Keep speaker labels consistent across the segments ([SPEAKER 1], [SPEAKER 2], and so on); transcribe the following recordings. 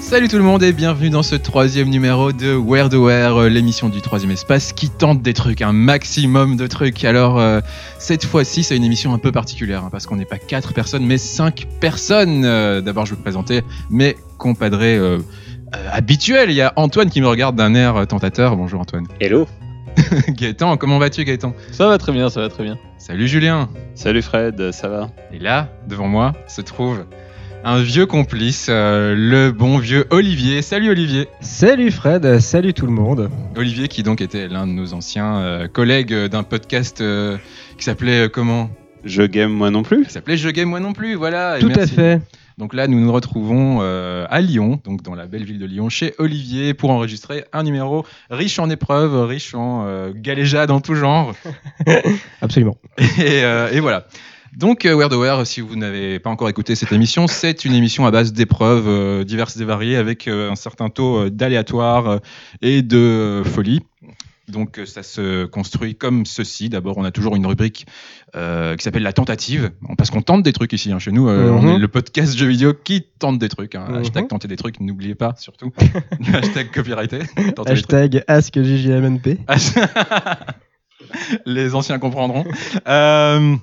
[SPEAKER 1] Salut tout le monde et bienvenue dans ce troisième numéro de Where the Where, l'émission du troisième espace qui tente des trucs, un maximum de trucs. Alors euh, cette fois-ci c'est une émission un peu particulière hein, parce qu'on n'est pas quatre personnes mais cinq personnes. Euh, D'abord je vais vous présenter mes compadrés euh, euh, habituels. Il y a Antoine qui me regarde d'un air euh, tentateur. Bonjour Antoine.
[SPEAKER 2] Hello
[SPEAKER 1] Gaëtan, comment vas-tu Gaëtan
[SPEAKER 3] Ça va très bien, ça va très bien.
[SPEAKER 1] Salut Julien.
[SPEAKER 3] Salut Fred, ça va
[SPEAKER 1] Et là, devant moi, se trouve un vieux complice, euh, le bon vieux Olivier. Salut Olivier.
[SPEAKER 4] Salut Fred, salut tout le monde.
[SPEAKER 1] Olivier qui donc était l'un de nos anciens euh, collègues euh, d'un podcast euh, qui s'appelait euh, comment
[SPEAKER 3] Je game moi non plus
[SPEAKER 1] Qui s'appelait Je Game Moi Non Plus, voilà. et
[SPEAKER 4] Tout à
[SPEAKER 1] merci.
[SPEAKER 4] fait.
[SPEAKER 1] Donc là, nous nous retrouvons euh, à Lyon, donc dans la belle ville de Lyon, chez Olivier, pour enregistrer un numéro riche en épreuves, riche en euh, galéjades en tout genre.
[SPEAKER 4] Absolument.
[SPEAKER 1] Et, euh, et voilà. Donc, euh, Where the Wear, si vous n'avez pas encore écouté cette émission, c'est une émission à base d'épreuves euh, diverses et variées avec euh, un certain taux euh, d'aléatoire euh, et de euh, folie. Donc, euh, ça se construit comme ceci. D'abord, on a toujours une rubrique euh, qui s'appelle la tentative, parce qu'on tente des trucs ici. hein. Chez nous, euh,
[SPEAKER 4] Mhm.
[SPEAKER 1] on est le podcast jeux vidéo qui tente des trucs. hein.
[SPEAKER 4] Mhm.
[SPEAKER 1] Hashtag tenter des trucs, n'oubliez pas surtout. Le hashtag copyrighté. Tenter des trucs.
[SPEAKER 4] Hashtag AskJJMNP.
[SPEAKER 1] Les anciens comprendront. Euh,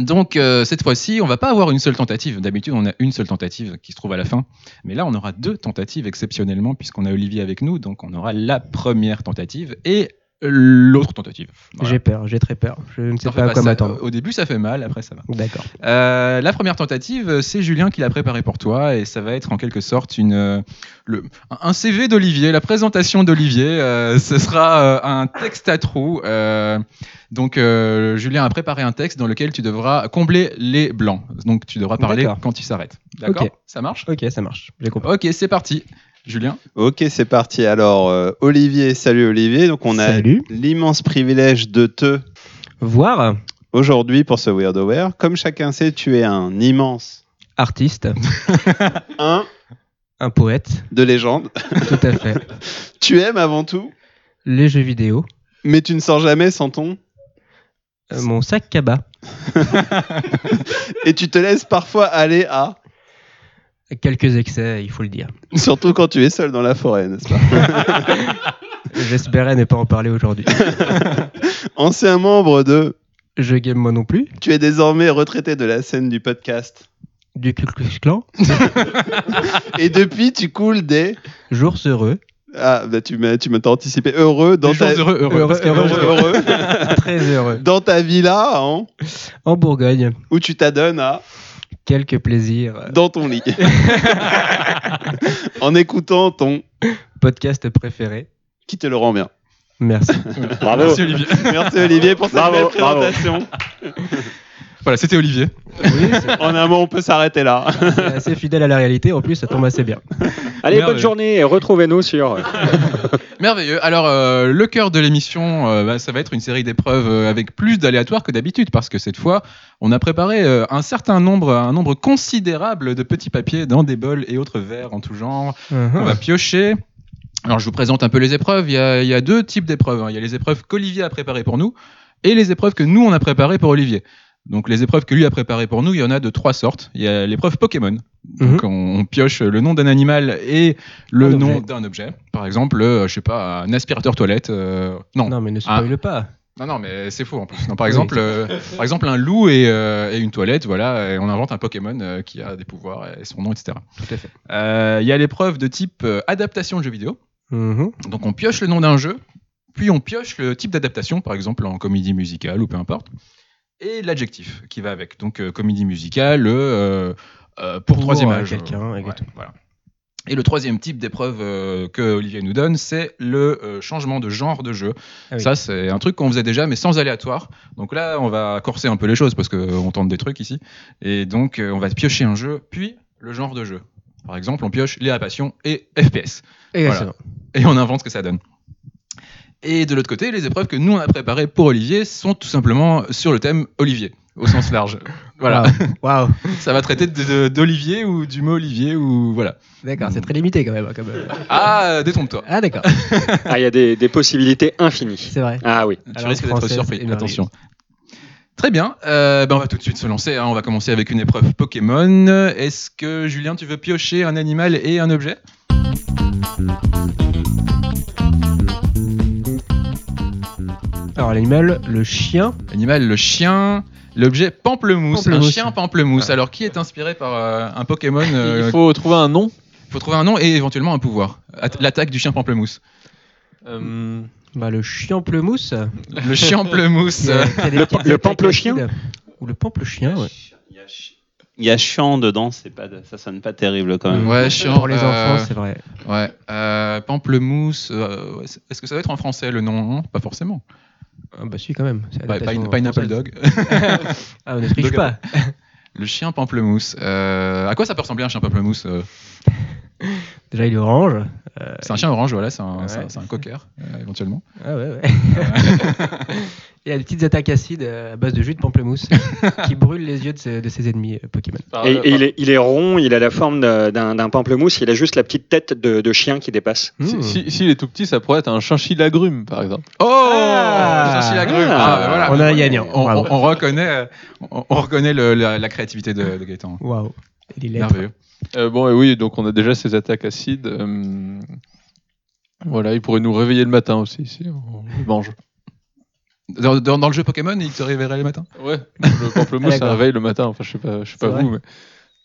[SPEAKER 1] donc euh, cette fois-ci, on va pas avoir une seule tentative. D'habitude, on a une seule tentative qui se trouve à la fin, mais là, on aura deux tentatives exceptionnellement puisqu'on a Olivier avec nous, donc on aura la première tentative et l'autre tentative. Voilà.
[SPEAKER 4] J'ai peur, j'ai très peur. Je ne sais
[SPEAKER 1] T'en fais
[SPEAKER 4] pas à
[SPEAKER 1] pas
[SPEAKER 4] quoi
[SPEAKER 1] ça-
[SPEAKER 4] m'attendre.
[SPEAKER 1] Au début, ça fait mal, après ça va.
[SPEAKER 4] D'accord.
[SPEAKER 1] Euh, la première tentative, c'est Julien qui l'a préparée pour toi et ça va être en quelque sorte une, euh, le, un CV d'Olivier, la présentation d'Olivier. euh, ce sera euh, un texte à trous. euh, donc euh, Julien a préparé un texte dans lequel tu devras combler les blancs. Donc tu devras parler
[SPEAKER 4] D'accord.
[SPEAKER 1] quand il s'arrête. D'accord
[SPEAKER 4] Ok.
[SPEAKER 1] Ça marche
[SPEAKER 4] Ok, ça marche. J'ai compris.
[SPEAKER 1] Ok, c'est parti. Julien
[SPEAKER 2] Ok, c'est parti. Alors, euh, Olivier, salut Olivier. Donc, on a
[SPEAKER 4] Salut.
[SPEAKER 2] l'immense privilège de te
[SPEAKER 4] Voir
[SPEAKER 2] aujourd'hui pour ce Weirdoware. Comme chacun sait, tu es un immense
[SPEAKER 4] artiste,
[SPEAKER 2] un
[SPEAKER 4] un poète.
[SPEAKER 2] de légende.
[SPEAKER 4] Tout à fait.
[SPEAKER 2] Tu aimes avant tout,
[SPEAKER 4] Les jeux vidéo.
[SPEAKER 2] mais tu ne sors jamais sans ton.
[SPEAKER 4] euh, mon sac cabas.
[SPEAKER 2] Et tu te laisses parfois aller à,
[SPEAKER 4] Quelques excès, il faut le dire.
[SPEAKER 2] surtout quand tu es seul dans la forêt, n'est-ce pas
[SPEAKER 4] J'espérais ne pas en parler aujourd'hui.
[SPEAKER 2] Ancien membre de.
[SPEAKER 4] Je game moi non plus.
[SPEAKER 2] Tu es désormais retraité de la scène du podcast.
[SPEAKER 4] Du Ku Klux Klan.
[SPEAKER 2] Et depuis, tu coules des.
[SPEAKER 4] Jours heureux.
[SPEAKER 2] Ah, bah, tu m'as tu m'as anticipé. Heureux dans
[SPEAKER 1] Des jours
[SPEAKER 2] ta.
[SPEAKER 1] heureux, heureux.
[SPEAKER 4] Heureux,
[SPEAKER 1] parce que-
[SPEAKER 4] heureux,
[SPEAKER 1] heureux.
[SPEAKER 2] heureux.
[SPEAKER 4] Très heureux.
[SPEAKER 2] dans ta villa, hein,
[SPEAKER 4] En Bourgogne.
[SPEAKER 2] où tu t'adonnes à
[SPEAKER 4] Quelques plaisirs.
[SPEAKER 2] dans ton lit. en écoutant ton
[SPEAKER 4] Podcast préféré.
[SPEAKER 2] qui te le rend bien.
[SPEAKER 4] Merci.
[SPEAKER 3] Bravo
[SPEAKER 1] Merci Olivier.
[SPEAKER 2] Merci Olivier pour cette
[SPEAKER 3] Bravo,
[SPEAKER 2] belle
[SPEAKER 3] bravo.
[SPEAKER 2] présentation.
[SPEAKER 1] Voilà, c'était Olivier.
[SPEAKER 4] Oui, c'est-
[SPEAKER 2] En un mot, on peut s'arrêter là.
[SPEAKER 4] c'est assez fidèle à la réalité. En plus, ça tombe assez bien.
[SPEAKER 5] Allez,
[SPEAKER 1] Merveilleux.
[SPEAKER 5] bonne journée et retrouvez-nous sur. euh,
[SPEAKER 1] Merveilleux. Alors, euh, le cœur de l'émission, euh, bah, ça va être une série d'épreuves euh, avec plus d'aléatoires que d'habitude, parce que cette fois, on a préparé euh, un certain nombre, un nombre considérable de petits papiers dans des bols et autres verres en tout genre.
[SPEAKER 4] Uh-huh.
[SPEAKER 1] On va piocher. Alors, je vous présente un peu les épreuves. Il y a, il y a deux types d'épreuves. hein. Il y a les épreuves qu'Olivier a préparées pour nous et les épreuves que nous, on a préparées pour Olivier. Donc, les épreuves que lui a préparées pour nous, il y en a de trois sortes. Il y a l'épreuve Pokémon.
[SPEAKER 4] Mhm.
[SPEAKER 1] Donc, on, on pioche le nom d'un animal et le
[SPEAKER 4] Un
[SPEAKER 1] nom
[SPEAKER 4] Ah, objet.
[SPEAKER 1] d'un objet. Par exemple, euh, je sais pas, un aspirateur toilette. euh, non. non,
[SPEAKER 4] Non, mais ne spoil pas.
[SPEAKER 1] non, mais c'est faux en plus. Non, par
[SPEAKER 4] Oui.
[SPEAKER 1] exemple, euh, par exemple, un loup et, euh, et une toilette. Voilà, et on invente un Pokémon euh, qui a des pouvoirs et son nom, etc.
[SPEAKER 4] Tout à fait.
[SPEAKER 1] Euh, Il y a l'épreuve de type euh, adaptation de jeu vidéo.
[SPEAKER 4] Uh-huh.
[SPEAKER 1] Donc on pioche le nom d'un jeu, puis on pioche le type d'adaptation, par exemple en comédie musicale ou peu importe, et l'adjectif qui va avec. Donc euh, comédie musicale, euh, euh, pour,
[SPEAKER 4] Pour,
[SPEAKER 1] troisième
[SPEAKER 4] euh,
[SPEAKER 1] âge.
[SPEAKER 4] quelqu'un,
[SPEAKER 1] Ouais,
[SPEAKER 4] exactement.
[SPEAKER 1] voilà. Et le troisième type d'épreuve euh, que Olivier nous donne, c'est le euh, changement de genre de jeu.
[SPEAKER 4] Ah oui.
[SPEAKER 1] Ça, c'est un truc qu'on faisait déjà, mais sans aléatoire. Donc là, on va corser un peu les choses parce qu'on tente des trucs ici. Et donc, euh, on va piocher un jeu, puis le genre de jeu. Par exemple, on pioche Léa Passion et FPS Exactement. et on invente ce que ça donne. Et de l'autre côté, les épreuves que nous on a préparées pour Olivier sont tout simplement sur le thème Olivier. au sens large. Voilà.
[SPEAKER 4] Waouh. Waouh.
[SPEAKER 1] Ça va traiter de- de- d'Olivier ou du mot Olivier ou voilà.
[SPEAKER 4] D'accord, c'est très limité quand même. comme, euh.
[SPEAKER 1] Ah, euh, détrompe-toi.
[SPEAKER 4] Ah, d'accord,
[SPEAKER 5] Ah, il y a des, des possibilités infinies.
[SPEAKER 4] c'est vrai.
[SPEAKER 5] Ah oui.
[SPEAKER 1] Tu
[SPEAKER 4] Alors,
[SPEAKER 1] risques d'être
[SPEAKER 4] française et
[SPEAKER 1] surpris.
[SPEAKER 4] merveilleuse.
[SPEAKER 1] Attention. Très bien. Euh, ben, on va tout de suite se lancer. hein. On va commencer avec une épreuve Pokémon. Est-ce que Julien, tu veux piocher un animal et un objet
[SPEAKER 4] Alors, l'animal, le chien,
[SPEAKER 1] L'animal, le chien, l'objet pamplemousse, un
[SPEAKER 4] Pamplemousse.
[SPEAKER 1] chien pamplemousse. Alors, qui est inspiré par euh, un Pokémon euh,
[SPEAKER 3] Il faut trouver un nom.
[SPEAKER 1] faut trouver un nom et éventuellement un pouvoir. At- L'attaque du chien pamplemousse.
[SPEAKER 3] Euh,
[SPEAKER 4] bah, le chien pleumousse.
[SPEAKER 1] Le chien pamplemousse. euh,
[SPEAKER 5] Le pa- le pamplechien
[SPEAKER 4] Ou le pamplechien, Ah ouais.
[SPEAKER 3] Il y a chi- il y a chiant dedans, c'est pas, ça sonne pas terrible quand même.
[SPEAKER 1] ouais, chiant.
[SPEAKER 4] Pour les
[SPEAKER 1] euh,
[SPEAKER 4] enfants, c'est vrai.
[SPEAKER 1] Ouais. Euh, pamplemousse. euh, ouais, c'est- Est-ce que ça va être en français le nom Non, Pas forcément.
[SPEAKER 4] Ah, bah, si, quand même. c'est
[SPEAKER 1] Pas, pas
[SPEAKER 4] adaptation
[SPEAKER 1] une, pas une Apple
[SPEAKER 4] française.
[SPEAKER 1] Dog.
[SPEAKER 4] Ah, on ne triche
[SPEAKER 1] Dog
[SPEAKER 4] pas.
[SPEAKER 1] Le chien pamplemousse. Euh, à quoi ça peut ressembler un chien pamplemousse euh
[SPEAKER 4] Déjà, il est orange. Euh,
[SPEAKER 1] C'est un chien orange, voilà, c'est un,
[SPEAKER 4] Ouais.
[SPEAKER 1] c'est un- c'est un cocker, euh, éventuellement.
[SPEAKER 4] Ah ouais, ouais. Il a des petites attaques acides euh, à base de jus de pamplemousse qui brûlent les yeux de ses, de ses ennemis euh, Pokémon.
[SPEAKER 5] Et, et il, est, il est rond, il a la forme d'un- d'un d'un pamplemousse, il a juste la petite tête de, de chien qui dépasse.
[SPEAKER 3] Si-
[SPEAKER 2] Hmm.
[SPEAKER 4] Mmh.
[SPEAKER 3] si- S'il est tout petit, ça pourrait être un chinchilla grume, par exemple.
[SPEAKER 1] Oh
[SPEAKER 4] Ah
[SPEAKER 1] Le chien Silagru.
[SPEAKER 5] Ah,
[SPEAKER 1] Ah, bah voilà.
[SPEAKER 4] on a un gagnant.
[SPEAKER 1] On,
[SPEAKER 4] Bravo.
[SPEAKER 1] on- on reconnaît, euh, on, on reconnaît le- la, la créativité de, de Gaëtan.
[SPEAKER 4] Waouh. Il est lettre.
[SPEAKER 1] Merveilleux.
[SPEAKER 3] Euh, bon, et oui, donc on a déjà ces attaques acides. euh, voilà, il pourrait nous réveiller le matin aussi, si on le mange.
[SPEAKER 1] Dans, dans- dans le jeu Pokémon, il te réveillerait le matin
[SPEAKER 3] Ouais, le pamplemousse, ça
[SPEAKER 4] D'accord.
[SPEAKER 3] réveille le matin. Enfin, je sais pas, je sais
[SPEAKER 4] C'est
[SPEAKER 3] pas
[SPEAKER 4] vrai
[SPEAKER 3] vous, mais.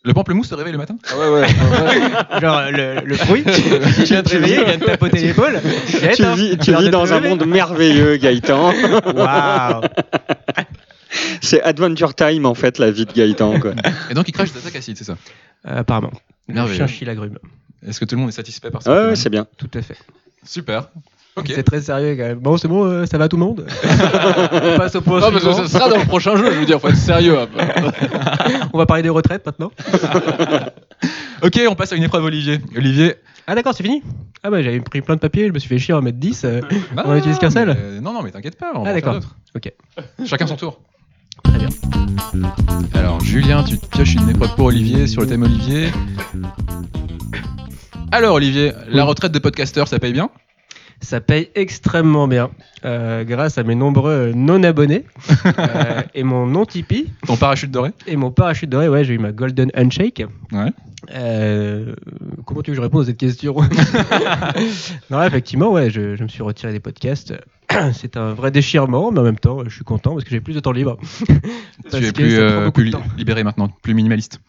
[SPEAKER 1] Le pamplemousse te réveille le matin
[SPEAKER 3] Ah ouais, ouais.
[SPEAKER 4] Genre euh, le, le fruit qui vient de réveiller, il vient de tapoter l'épaule. Gaëtan,
[SPEAKER 5] Tu
[SPEAKER 3] hein.
[SPEAKER 5] vis, tu
[SPEAKER 4] l'heure
[SPEAKER 5] vis
[SPEAKER 4] de te
[SPEAKER 5] dans un
[SPEAKER 4] lever.
[SPEAKER 5] monde merveilleux, Gaëtan.
[SPEAKER 4] Waouh.
[SPEAKER 5] C'est Adventure Time, en fait, la vie de Gaëtan. Quoi.
[SPEAKER 1] Et donc il crache des attaques acides, c'est ça
[SPEAKER 4] Euh, apparemment. Le
[SPEAKER 1] Merveilleux.
[SPEAKER 4] chien chilagrume.
[SPEAKER 1] Est-ce que tout le monde est satisfait par ça
[SPEAKER 5] Ouais, ouais, c'est bien.
[SPEAKER 4] Tout à fait.
[SPEAKER 1] Super. Ok.
[SPEAKER 4] C'est très sérieux quand même. Bon, c'est bon, euh, ça va tout le monde On passe au point
[SPEAKER 5] Ah, bah,
[SPEAKER 3] Non, mais
[SPEAKER 4] suivant.
[SPEAKER 3] ça sera dans le prochain jeu, je veux dire, faut être sérieux hein. un peu.
[SPEAKER 4] On va parler des retraites maintenant.
[SPEAKER 1] Ok, on passe à une épreuve Olivier. Olivier.
[SPEAKER 4] Ah d'accord, c'est fini Ah bah j'avais pris plein de papier, je me suis fait chier à en mettre 10. euh,
[SPEAKER 1] Non,
[SPEAKER 4] en utilise qu'un seul
[SPEAKER 1] mais- Bah, Non, non, mais t'inquiète pas. On va
[SPEAKER 4] Ah,
[SPEAKER 1] en faire
[SPEAKER 4] d'accord.
[SPEAKER 1] d'autres.
[SPEAKER 4] Ok.
[SPEAKER 1] Chacun son tour.
[SPEAKER 4] Très bien.
[SPEAKER 1] Alors, Julien, tu te pioches une épreuve pour Olivier sur le thème Olivier. Alors, Olivier, la retraite de podcasteur, ça paye bien
[SPEAKER 4] Ça paye extrêmement bien euh, grâce à mes nombreux non-abonnés euh, et mon non-Tipeee
[SPEAKER 1] Ton parachute doré
[SPEAKER 4] et mon parachute doré. Ouais, j'ai eu ma Golden Handshake.
[SPEAKER 1] Ouais.
[SPEAKER 4] Euh, comment tu veux que je réponde à cette question Non, là, effectivement, ouais, je, je me suis retiré des podcasts. C'est un vrai déchirement, mais en même temps, je suis content parce que j'ai plus de temps libre. Parce
[SPEAKER 1] Tu es
[SPEAKER 4] que
[SPEAKER 1] plus,
[SPEAKER 4] ça prend
[SPEAKER 1] euh,
[SPEAKER 4] beaucoup
[SPEAKER 1] plus
[SPEAKER 4] de
[SPEAKER 1] li-
[SPEAKER 4] temps.
[SPEAKER 1] libéré maintenant, plus minimaliste.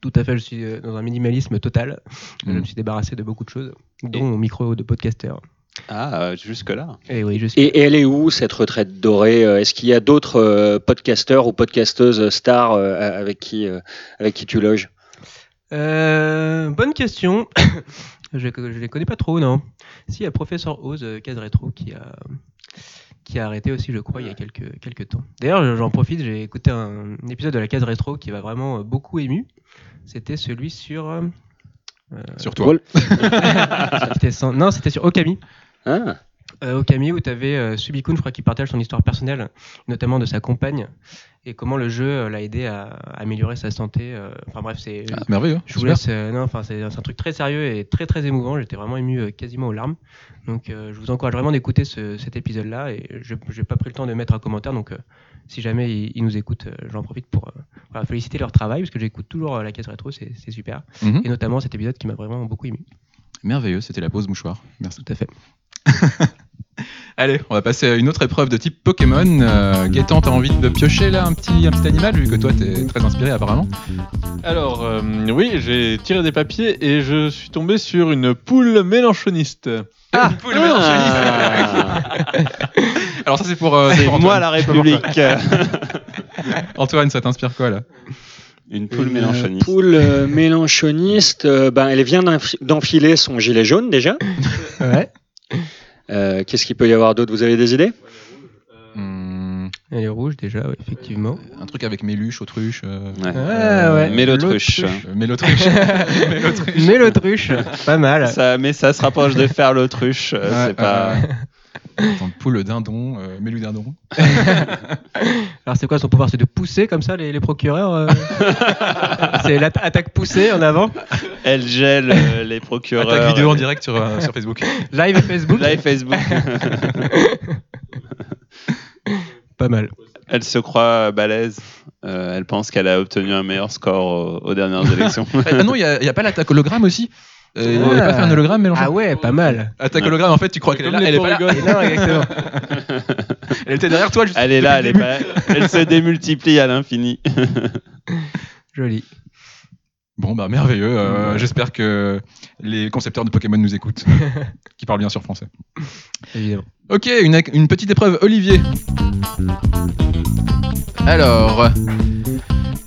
[SPEAKER 4] Tout à fait, je suis euh, dans un minimalisme total. Je
[SPEAKER 1] Mm.
[SPEAKER 4] me suis débarrassé de beaucoup de choses, dont mon micro de podcasteur.
[SPEAKER 2] Ah,
[SPEAKER 1] euh,
[SPEAKER 2] jusque-là.
[SPEAKER 4] Et oui, je suis.
[SPEAKER 5] Et, et elle est où, cette retraite dorée Euh, Est-ce qu'il y a d'autres euh, podcasteurs ou podcasteuses stars euh, avec, qui, euh, avec qui tu loges
[SPEAKER 4] Euh, bonne question. je, je les connais pas trop, non. Si, il y a Professeur Oz, euh, Case Rétro, qui a, qui a arrêté aussi, je crois, il y a quelques, quelques temps. D'ailleurs, j'en profite, j'ai écouté un, épisode de la Case Rétro qui m'a vraiment euh, beaucoup ému. C'était celui sur. euh,
[SPEAKER 1] Sur toi.
[SPEAKER 5] Voilà.
[SPEAKER 4] c'était sans- non, c'était sur Okami.
[SPEAKER 5] Ah,
[SPEAKER 4] Euh, Okami, où tu avais Subikun, je crois, qui partage son histoire personnelle, notamment de sa compagne, et comment le jeu euh, l'a aidé à, améliorer sa santé. euh, Enfin bref, c'est
[SPEAKER 1] Ah, merveilleux.
[SPEAKER 4] je vous
[SPEAKER 1] Super.
[SPEAKER 4] laisse. euh, non, enfin, c'est c'est un truc très sérieux et très très émouvant. J'étais vraiment ému euh, quasiment aux larmes. Donc, euh, je vous encourage vraiment d'écouter ce- cet épisode-là. Et je n'ai pas pris le temps de mettre un commentaire. Donc, euh, si jamais ils, ils nous écoutent, euh, j'en profite pour euh, voilà, féliciter leur travail parce que j'écoute toujours euh, la case rétro. C'est c'est super.
[SPEAKER 1] Mhm.
[SPEAKER 4] Et notamment cet épisode qui m'a vraiment beaucoup ému.
[SPEAKER 1] Merveilleux, c'était la pause mouchoir. Merci.
[SPEAKER 4] Tout à fait.
[SPEAKER 1] Allez, on va passer à une autre épreuve de type Pokémon. Euh, Gaëtan, t'as envie de piocher là un petit, un petit animal, vu que toi t'es très inspiré apparemment.
[SPEAKER 3] Alors, euh, oui, j'ai tiré des papiers et je suis tombé sur une poule mélanchoniste.
[SPEAKER 1] Ah, poule Alors ça c'est pour, euh,
[SPEAKER 2] C'est
[SPEAKER 1] pour Antoine.
[SPEAKER 2] moi la République.
[SPEAKER 1] Antoine, ça t'inspire quoi là
[SPEAKER 2] Une
[SPEAKER 5] Une, euh, Poule euh, mélanchoniste, euh, ben, elle vient d'enf- d'enfiler son gilet jaune déjà.
[SPEAKER 4] Ouais.
[SPEAKER 5] Euh, Qu'est-ce qu'il peut y avoir d'autre Vous avez des idées
[SPEAKER 1] Hmm,
[SPEAKER 4] Elle est rouge déjà, ouais, effectivement.
[SPEAKER 1] Un truc avec Méluche, autruche. euh,
[SPEAKER 2] Ouais.
[SPEAKER 4] Ah, ouais.
[SPEAKER 2] mais l'autruche.
[SPEAKER 1] Euh, Mais l'autruche. mais l'autruche.
[SPEAKER 4] Mais l'autruche, pas mal.
[SPEAKER 2] Ça, mais ça se rapproche de faire l'autruche. euh,
[SPEAKER 1] Ouais,
[SPEAKER 2] c'est pas.
[SPEAKER 1] ouais, Attends, poule dindon, euh, mélu dindon.
[SPEAKER 4] Alors c'est quoi son pouvoir C'est de pousser comme ça les, les procureurs euh C'est l'attaque poussée en avant
[SPEAKER 2] Elle gèle euh, les procureurs.
[SPEAKER 1] Attaque vidéo en direct sur, euh, sur Facebook.
[SPEAKER 4] Live Facebook
[SPEAKER 2] Live Facebook.
[SPEAKER 4] Pas mal.
[SPEAKER 2] Elle se croit balèze. Euh, elle pense qu'elle a obtenu un meilleur score aux, aux dernières élections.
[SPEAKER 1] ah non, il n'y a, il y a pas l'attaque hologramme aussi Euh, Il n'avait
[SPEAKER 4] Ah.
[SPEAKER 1] pas fait un hologramme mélangé.
[SPEAKER 4] Ah ouais, pas mal.
[SPEAKER 1] Attaque hologramme, en fait, tu crois qu'elle est là, elle est pas là.
[SPEAKER 4] Non, exactement.
[SPEAKER 1] Elle était derrière toi. Juste
[SPEAKER 2] elle est là, elle, est pas... elle se démultiplie à l'infini.
[SPEAKER 4] Joli.
[SPEAKER 1] Bon, bah merveilleux. Euh, J'espère que les concepteurs de Pokémon nous écoutent, qui parlent bien sûr français.
[SPEAKER 4] Évidemment.
[SPEAKER 1] Ok, une, ac- une petite épreuve, Olivier. Alors,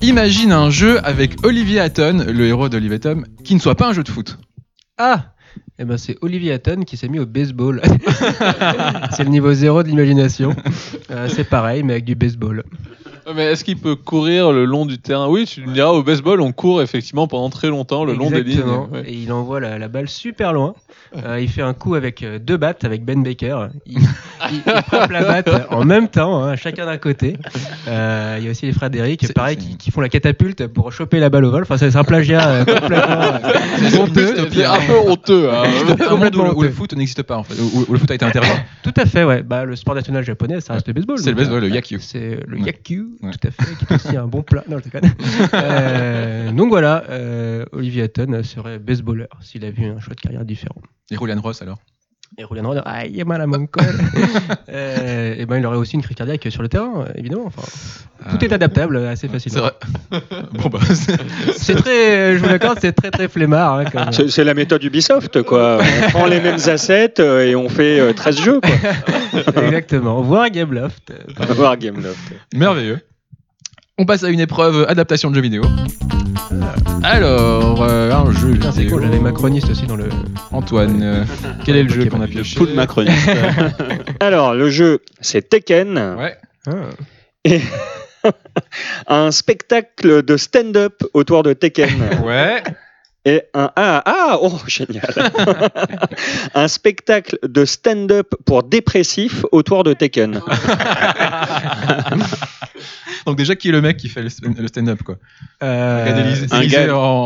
[SPEAKER 1] imagine un jeu avec Olivier Hatton, le héros d'Olivier Tom, qui ne soit pas un jeu de foot.
[SPEAKER 4] Ah Eh ben c'est Olivier Hatton qui s'est mis au baseball. c'est le niveau zéro de l'imagination. Euh, c'est pareil, mais avec du baseball.
[SPEAKER 3] Ouais, Mais est-ce qu'il peut courir le long du terrain Oui, tu me diras, au baseball, on court effectivement pendant très longtemps le long des lignes.
[SPEAKER 4] Exactement.
[SPEAKER 3] ouais.
[SPEAKER 4] Et il envoie la, la balle super loin. Euh, il fait un coup avec euh, deux battes avec Ben Baker. Il, il- il frappe la batte en même temps, hein, chacun d'un côté. Euh, il y a aussi les Frédéric,
[SPEAKER 1] C'est-
[SPEAKER 4] pareil,
[SPEAKER 1] c'est-
[SPEAKER 4] qui, qui font la catapulte pour choper la balle au vol. Enfin, c'est un plagiat euh, complètement. euh, honteux.
[SPEAKER 3] C'est c'est un peu honteux.
[SPEAKER 4] Ah,
[SPEAKER 3] hein.
[SPEAKER 1] Un monde où,
[SPEAKER 4] Complètement
[SPEAKER 1] le- où le
[SPEAKER 4] honteux.
[SPEAKER 1] foot n'existe pas, en fait, où, où- où le foot a été interdit.
[SPEAKER 4] Tout à fait, ouais. Bah, le sport national japonais, ça reste le baseball.
[SPEAKER 1] C'est le
[SPEAKER 4] donc,
[SPEAKER 1] baseball,
[SPEAKER 4] euh,
[SPEAKER 1] le yakyu.
[SPEAKER 4] C'est le
[SPEAKER 1] Ouais.
[SPEAKER 4] yakyu,
[SPEAKER 1] Ouais.
[SPEAKER 4] tout à fait, qui est aussi un bon plat. Non, je déconne. Euh, donc voilà, euh, Olivier Hatton serait baseballer s'il avait eu un choix de carrière différent.
[SPEAKER 1] Et Roland Ross, alors
[SPEAKER 4] Et Roland Roder, ah, il est mal à mon col. Euh, et ben, il aurait aussi une crise cardiaque sur le terrain, euh, évidemment. Enfin,
[SPEAKER 1] Ah.
[SPEAKER 4] tout est adaptable euh, assez
[SPEAKER 1] C'est
[SPEAKER 4] facilement.
[SPEAKER 1] vrai. bon, bah, c'est-
[SPEAKER 4] C'est très, euh, je vous l'accorde, c'est très très flemmard. hein, comme-
[SPEAKER 5] C'est c'est la méthode Ubisoft, quoi. On prend les mêmes assets euh, et on fait euh, 13 jeux, quoi.
[SPEAKER 4] euh, Exactement. Voir Game Loft. euh,
[SPEAKER 5] On va voir Game Loft.
[SPEAKER 1] merveilleux. On passe à une épreuve adaptation de jeu vidéo. Alors, euh, un jeu
[SPEAKER 4] putain, c'est
[SPEAKER 1] vidéo.
[SPEAKER 4] cool, j'avais macroniste aussi dans le.
[SPEAKER 1] Antoine, euh, quel est le jeu
[SPEAKER 4] Pokémon.
[SPEAKER 1] qu'on a
[SPEAKER 2] Le
[SPEAKER 1] pioché
[SPEAKER 2] full macroniste.
[SPEAKER 5] Alors, le jeu, c'est Tekken,
[SPEAKER 1] Ouais.
[SPEAKER 4] Ah.
[SPEAKER 5] un spectacle de stand-up autour de Tekken.
[SPEAKER 1] Ouais.
[SPEAKER 5] Et un ah ah oh génial un spectacle de stand-up pour dépressifs autour de Tekken
[SPEAKER 1] Donc déjà, qui est le mec qui fait le stand- le stand-up quoi
[SPEAKER 4] Euh,
[SPEAKER 2] un gars-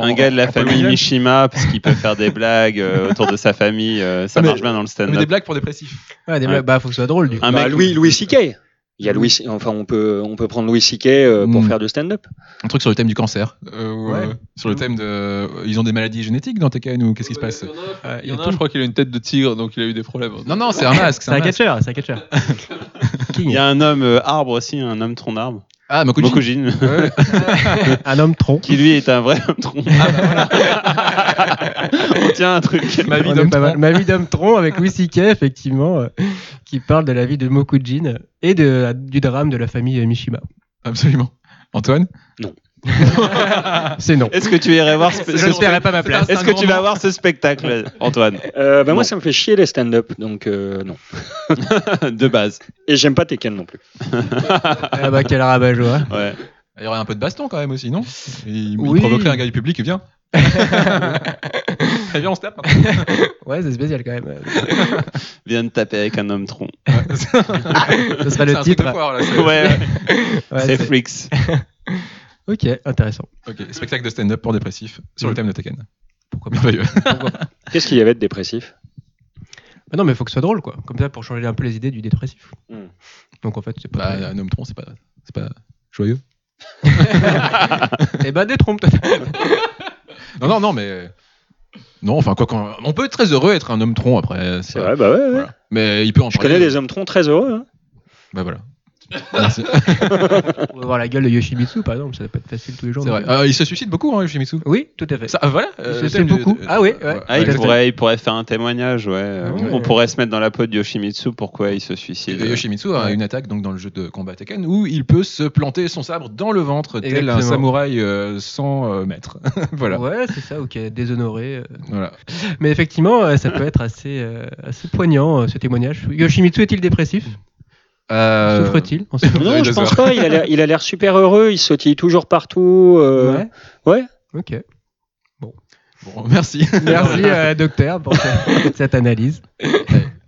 [SPEAKER 2] Un gars de
[SPEAKER 1] Oh,
[SPEAKER 2] la famille
[SPEAKER 1] Michel.
[SPEAKER 2] Mishima, parce qu'il peut faire des blagues euh, autour de sa famille. euh, ça
[SPEAKER 1] Ah, Mais-
[SPEAKER 2] marche bien dans le
[SPEAKER 1] Mais des
[SPEAKER 2] stand-up.
[SPEAKER 1] blagues pour dépressifs.
[SPEAKER 4] ouais, des
[SPEAKER 2] Ouais.
[SPEAKER 4] blagues, bah, faut que ce soit drôle du coup.
[SPEAKER 2] Un
[SPEAKER 5] bah,
[SPEAKER 2] mec-
[SPEAKER 5] Louis Louis C.K. Il y a Louis enfin on peut on peut prendre Louis C.K. euh, pour
[SPEAKER 1] Mm.
[SPEAKER 5] faire du stand-up
[SPEAKER 1] Un truc sur le thème du cancer. euh, ou,
[SPEAKER 4] Ouais.
[SPEAKER 1] euh, sur le thème de. euh, Ils ont des maladies génétiques dans Tekken ou qu'est-ce qui se passe
[SPEAKER 4] Euh,
[SPEAKER 3] Il y en a un, je crois qu'il a une tête de tigre, donc il a eu des problèmes.
[SPEAKER 1] Non, non, c'est un masque.
[SPEAKER 4] C'est un
[SPEAKER 1] masque.
[SPEAKER 4] catcheur, c'est un catcheur.
[SPEAKER 2] Il
[SPEAKER 4] King.
[SPEAKER 2] y a un homme euh, arbre aussi, un homme tronc d'arbre.
[SPEAKER 1] Ah, Makuji.
[SPEAKER 2] Mokujin,
[SPEAKER 1] Ouais.
[SPEAKER 4] Un homme tronc.
[SPEAKER 2] qui lui est un vrai homme tronc
[SPEAKER 1] Ah,
[SPEAKER 2] On tient un truc.
[SPEAKER 1] bah, Ma vie
[SPEAKER 4] On est
[SPEAKER 1] d'homme
[SPEAKER 4] pas mal.
[SPEAKER 1] tronc.
[SPEAKER 4] Ma vie d'homme tronc avec Louis C.K. effectivement, euh, qui parle de la vie de Mokujin et de, euh, du drame de la famille euh, Mishima.
[SPEAKER 1] Absolument. Antoine Ah.
[SPEAKER 4] C'est non.
[SPEAKER 2] Est-ce que tu irais voir ce,
[SPEAKER 4] Je
[SPEAKER 2] ce-
[SPEAKER 4] ne paierai pas ma place.
[SPEAKER 2] Est-ce que tu vas voir ce spectacle, Antoine
[SPEAKER 5] Euh, bah, moi
[SPEAKER 2] Non.
[SPEAKER 5] ça me fait chier les stand-up donc euh, non
[SPEAKER 2] De base.
[SPEAKER 5] et j'aime pas Tekken non plus
[SPEAKER 4] Ah bah quel rabat-joie.
[SPEAKER 2] Ouais.
[SPEAKER 1] Il y aurait un peu de baston quand même aussi, non il, il
[SPEAKER 4] Oui.
[SPEAKER 1] provoquerait un gars du public, viens. Très bien, on se tape.
[SPEAKER 4] Ouais, c'est spécial quand même.
[SPEAKER 2] Viens de taper avec un homme tronc.
[SPEAKER 4] Ce serait
[SPEAKER 1] C'est
[SPEAKER 4] le
[SPEAKER 1] un truc de
[SPEAKER 4] titre.
[SPEAKER 1] foire, là, c'est-
[SPEAKER 2] Ouais, ouais.
[SPEAKER 4] Ouais,
[SPEAKER 2] c'est
[SPEAKER 4] c'est-
[SPEAKER 2] Freaks.
[SPEAKER 4] ok, intéressant.
[SPEAKER 1] Ok, spectacle de stand-up pour dépressifs sur le thème de Tekken.
[SPEAKER 4] Pourquoi pas.
[SPEAKER 1] Merveilleux.
[SPEAKER 5] qu'est-ce qu'il y avait de dépressif
[SPEAKER 4] Bah non, mais faut que ce soit drôle quoi. Comme ça pour changer un peu les idées du dépressif.
[SPEAKER 5] Hmm.
[SPEAKER 4] Donc en fait, c'est pas.
[SPEAKER 1] Bah, un homme tronc, c'est pas, c'est pas joyeux.
[SPEAKER 4] Eh bah détrompe-toi.
[SPEAKER 1] Non, non, non, mais. Non, enfin, quoi qu'on. On peut être très heureux être un homme tronc après.
[SPEAKER 5] c'est vrai bah ouais, ouais.
[SPEAKER 1] Voilà. Mais il peut en
[SPEAKER 5] je
[SPEAKER 1] parler.
[SPEAKER 5] connais des hommes troncs très heureux hein.
[SPEAKER 1] Bah voilà. Ah, Merci.
[SPEAKER 4] On va voir la gueule de Yoshimitsu par exemple, ça va pas être facile tous les jours.
[SPEAKER 1] C'est
[SPEAKER 4] non
[SPEAKER 1] vrai. Euh, il se suicide beaucoup, hein, Yoshimitsu.
[SPEAKER 4] Oui, tout à fait.
[SPEAKER 1] Ça, ah, voilà.
[SPEAKER 4] se
[SPEAKER 1] le
[SPEAKER 4] suicide
[SPEAKER 1] thème
[SPEAKER 4] beaucoup. Ah oui, ouais.
[SPEAKER 2] Ah, il,
[SPEAKER 4] Ouais, Ah
[SPEAKER 2] pourrait, il pourrait faire un témoignage, ouais. Euh,
[SPEAKER 4] Ouais.
[SPEAKER 2] On pourrait se mettre dans la peau de Yoshimitsu, pourquoi il se
[SPEAKER 1] Et
[SPEAKER 2] suicide.
[SPEAKER 1] euh, Yoshimitsu a
[SPEAKER 4] Ouais.
[SPEAKER 1] une attaque donc dans le jeu de combat Tekken où il peut se planter son sabre dans le ventre tel un
[SPEAKER 4] Exactement.
[SPEAKER 1] samouraï euh, sans euh, maître. voilà.
[SPEAKER 4] Ouais, c'est ça, ok, déshonoré. euh.
[SPEAKER 1] voilà.
[SPEAKER 4] Mais effectivement, euh, ça peut être assez, euh, assez poignant euh, ce témoignage. Yoshimitsu est-il dépressif
[SPEAKER 1] Euh,
[SPEAKER 4] Souffre-t-il On sait pas.
[SPEAKER 1] avez
[SPEAKER 5] non je
[SPEAKER 1] deux
[SPEAKER 5] pense
[SPEAKER 1] heures.
[SPEAKER 5] pas il a l'air- il a l'air super heureux il sautille toujours partout euh,
[SPEAKER 4] Ouais.
[SPEAKER 5] ouais.
[SPEAKER 4] Ok. euh,
[SPEAKER 1] bon, merci.
[SPEAKER 4] Merci, euh, docteur, pour cette cette analyse.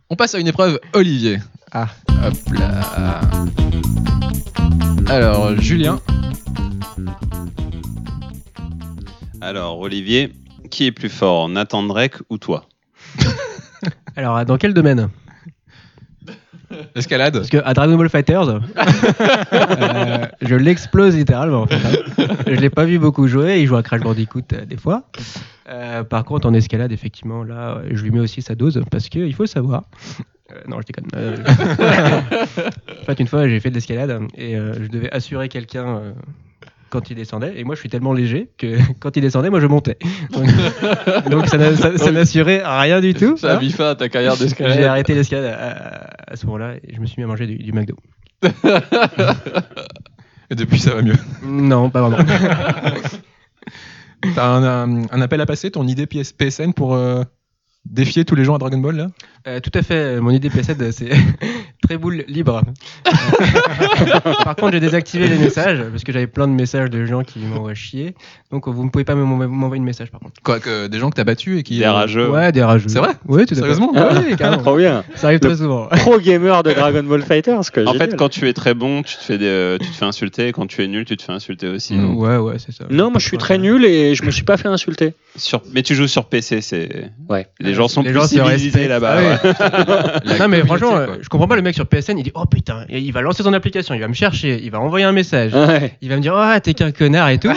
[SPEAKER 1] On passe à une épreuve Olivier.
[SPEAKER 3] Ah.
[SPEAKER 1] Hop là. Alors, Julien,
[SPEAKER 2] Alors, Olivier, qui est plus fort, Nathan Drake ou toi
[SPEAKER 4] Alors, euh, dans quel domaine
[SPEAKER 1] escalade.
[SPEAKER 4] Parce que à Dragon Ball Fighters, euh, je l'explose littéralement. en fait, hein. Je l'ai pas vu beaucoup jouer. Il joue à Crash Bandicoot euh, des fois. Euh, par contre, en escalade, effectivement, là, euh, je lui mets aussi sa dose parce que il faut savoir. Euh, non, je déconne. Euh, je- en fait, une fois, j'ai fait de l'escalade et euh, je devais assurer quelqu'un. euh, quand il descendait, et moi je suis tellement léger que quand il descendait, moi je montais. Donc, donc ça n'a- ça- ça n'assurait rien du tout.
[SPEAKER 3] Ça a
[SPEAKER 4] hein.
[SPEAKER 3] mis fin à ta carrière
[SPEAKER 4] J'ai
[SPEAKER 3] d'escalade.
[SPEAKER 4] arrêté l'escalade à, à- à ce moment-là et je me suis mis à manger du, du McDo.
[SPEAKER 1] Et depuis, ça va mieux.
[SPEAKER 4] Non, pas vraiment.
[SPEAKER 1] T'as un, un- un appel à passer, ton idée PS PSN pour euh, défier tous les gens à Dragon Ball là
[SPEAKER 4] Euh, tout à fait, mon idée PSN, c'est très boule libre. Par contre, j'ai désactivé les messages parce que j'avais plein de messages de gens qui m'envoient chier. Donc, vous ne pouvez pas m'en- m'envoyer de messages par contre.
[SPEAKER 1] Quoi que des gens que t'as battus et qui. euh,
[SPEAKER 2] Des rageux.
[SPEAKER 4] Ouais, des rageux.
[SPEAKER 1] C'est vrai
[SPEAKER 4] Oui, tout à fait.
[SPEAKER 1] Sérieusement
[SPEAKER 4] Ah oui, carrément.
[SPEAKER 5] Trop bien.
[SPEAKER 4] Ça arrive
[SPEAKER 5] Le-
[SPEAKER 4] très souvent.
[SPEAKER 5] Pro gamer de Dragon Ball Fighters, quoi.
[SPEAKER 2] En
[SPEAKER 5] génial.
[SPEAKER 2] fait, quand tu es très bon, tu te fais, des- euh, tu te fais insulter. Quand tu es nul, tu te fais insulter aussi.
[SPEAKER 1] Mm.
[SPEAKER 4] Ouais, ouais, c'est ça. Ah
[SPEAKER 5] Non, moi je suis très nul et je me suis pas fait insulter.
[SPEAKER 2] Sur- mais tu joues sur PC, c'est.
[SPEAKER 5] Ouais.
[SPEAKER 2] Les gens sont
[SPEAKER 4] Les
[SPEAKER 2] plus
[SPEAKER 4] gens se
[SPEAKER 2] civilisés
[SPEAKER 4] respectent.
[SPEAKER 2] là-bas.
[SPEAKER 4] Ah oui.
[SPEAKER 2] Bah, ouais.
[SPEAKER 1] La
[SPEAKER 4] non mais
[SPEAKER 1] communauté,
[SPEAKER 4] franchement,
[SPEAKER 1] quoi.
[SPEAKER 4] euh, je comprends pas le mec sur PSN, il dit oh putain, et il va lancer son application, il va me chercher, il va envoyer un message,
[SPEAKER 5] Ouais.
[SPEAKER 4] il va me dire ah t'es qu'un connard et tout.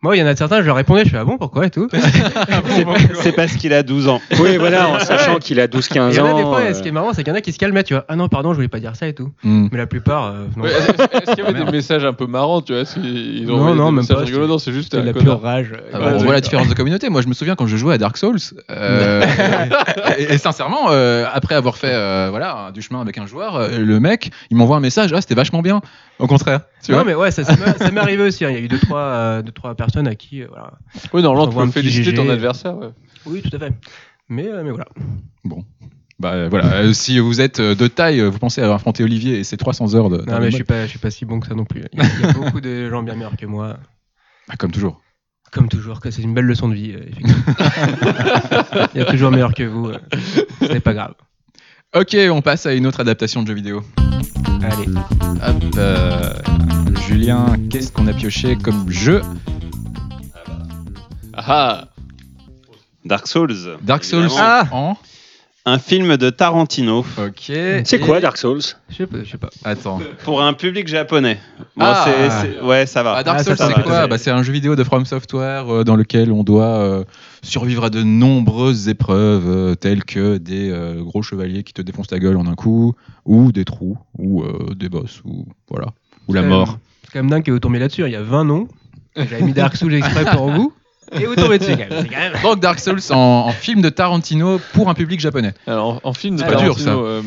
[SPEAKER 4] Moi il y en a certains, je leur répondais, je fais ah bon pourquoi et tout.
[SPEAKER 2] C'est parce qu'il a 12 ans.
[SPEAKER 5] Oui, voilà, en sachant qu'il a
[SPEAKER 4] Et il
[SPEAKER 5] 12-15
[SPEAKER 4] y en a des
[SPEAKER 5] ans.
[SPEAKER 4] fois,
[SPEAKER 5] euh,
[SPEAKER 4] ce qui est marrant, c'est qu'il y en a qui se calmaient, tu vois. Ah non, pardon, je voulais pas dire ça et tout.
[SPEAKER 1] Mm.
[SPEAKER 4] Mais la plupart, euh, non.
[SPEAKER 3] Ouais, Est-ce est-ce qu'il y avait
[SPEAKER 1] Merde.
[SPEAKER 3] des messages un peu marrants, tu vois si Ils ont
[SPEAKER 4] Non,
[SPEAKER 3] envoyé
[SPEAKER 4] non,
[SPEAKER 3] des
[SPEAKER 4] même
[SPEAKER 3] messages
[SPEAKER 4] pas,
[SPEAKER 3] rigolos, non, c'est juste
[SPEAKER 4] C'est de
[SPEAKER 3] un
[SPEAKER 4] la pure
[SPEAKER 3] connard.
[SPEAKER 4] rage.
[SPEAKER 1] Ah bah, on
[SPEAKER 4] Euh,
[SPEAKER 3] Ouais,
[SPEAKER 1] voit
[SPEAKER 3] d'accord.
[SPEAKER 1] la différence de communauté. Moi, je me souviens quand je jouais à Dark Souls, euh, et, et sincèrement, euh, après avoir fait euh, voilà du chemin avec un joueur, euh, le mec, il m'envoie un message, ah c'était vachement bien. Au contraire, tu
[SPEAKER 4] non
[SPEAKER 1] vois.
[SPEAKER 4] mais ouais, ça, ça m'est- ça m'est arrivé aussi. hein. Il y a eu deux trois, euh, deux, trois personnes à qui, euh, voilà.
[SPEAKER 3] Oui, normalement, tu
[SPEAKER 4] T'envoies
[SPEAKER 3] peux
[SPEAKER 4] un petit
[SPEAKER 3] féliciter ton
[SPEAKER 4] GG.
[SPEAKER 3] adversaire. ouais.
[SPEAKER 4] Oui, tout à fait. Mais, euh, mais voilà.
[SPEAKER 1] Bah euh, voilà, euh, si vous êtes euh, de taille, euh, vous pensez avoir affronté Olivier et ses 300 heures de.
[SPEAKER 4] Non
[SPEAKER 1] Dragon
[SPEAKER 4] mais
[SPEAKER 1] Ball.
[SPEAKER 4] je suis pas, je suis pas si bon que ça non plus. Il y a, il y a beaucoup de gens bien meilleurs que moi.
[SPEAKER 1] Ah, comme toujours.
[SPEAKER 4] Comme toujours, que c'est une belle leçon de vie. euh, effectivement. Il y a toujours meilleur que vous. euh, Ce n'est pas grave.
[SPEAKER 1] Ok, on passe à une autre adaptation de jeu vidéo.
[SPEAKER 4] Allez.
[SPEAKER 1] Hop, euh, Julien, qu'est-ce qu'on a pioché comme jeu
[SPEAKER 3] Ah
[SPEAKER 2] Dark Souls.
[SPEAKER 1] Dark Souls
[SPEAKER 2] évidemment.
[SPEAKER 4] Ah
[SPEAKER 1] en.
[SPEAKER 2] Un film de Tarantino
[SPEAKER 1] Ok.
[SPEAKER 5] C'est quoi Dark Souls
[SPEAKER 4] Je sais pas. Je sais pas.
[SPEAKER 1] Attends.
[SPEAKER 2] pour un public japonais. Bon,
[SPEAKER 1] Ah.
[SPEAKER 2] c'est- c'est- ouais, ça va.
[SPEAKER 1] Ah, Dark
[SPEAKER 4] Ah,
[SPEAKER 1] Souls,
[SPEAKER 4] ça, ça
[SPEAKER 1] c'est
[SPEAKER 4] va.
[SPEAKER 1] quoi bah, C'est un jeu vidéo de From Software euh, dans lequel on doit euh, survivre à de nombreuses épreuves, euh, telles que des euh, gros chevaliers qui te défoncent la gueule en un coup, ou des trous, ou euh, des boss, ou voilà, ou la
[SPEAKER 4] Euh,
[SPEAKER 1] mort.
[SPEAKER 4] C'est quand même dingue que vous tombez là-dessus. Il y a 20 noms. J'avais mis Dark Souls exprès pour vous. Et vous tombez dessus quand même. C'est quand même-
[SPEAKER 1] Donc Dark Souls en, en film de Tarantino pour un public japonais.
[SPEAKER 3] Alors, en, en film de
[SPEAKER 1] C'est pas dur,
[SPEAKER 3] Tarantino,
[SPEAKER 1] ça.
[SPEAKER 3] euh,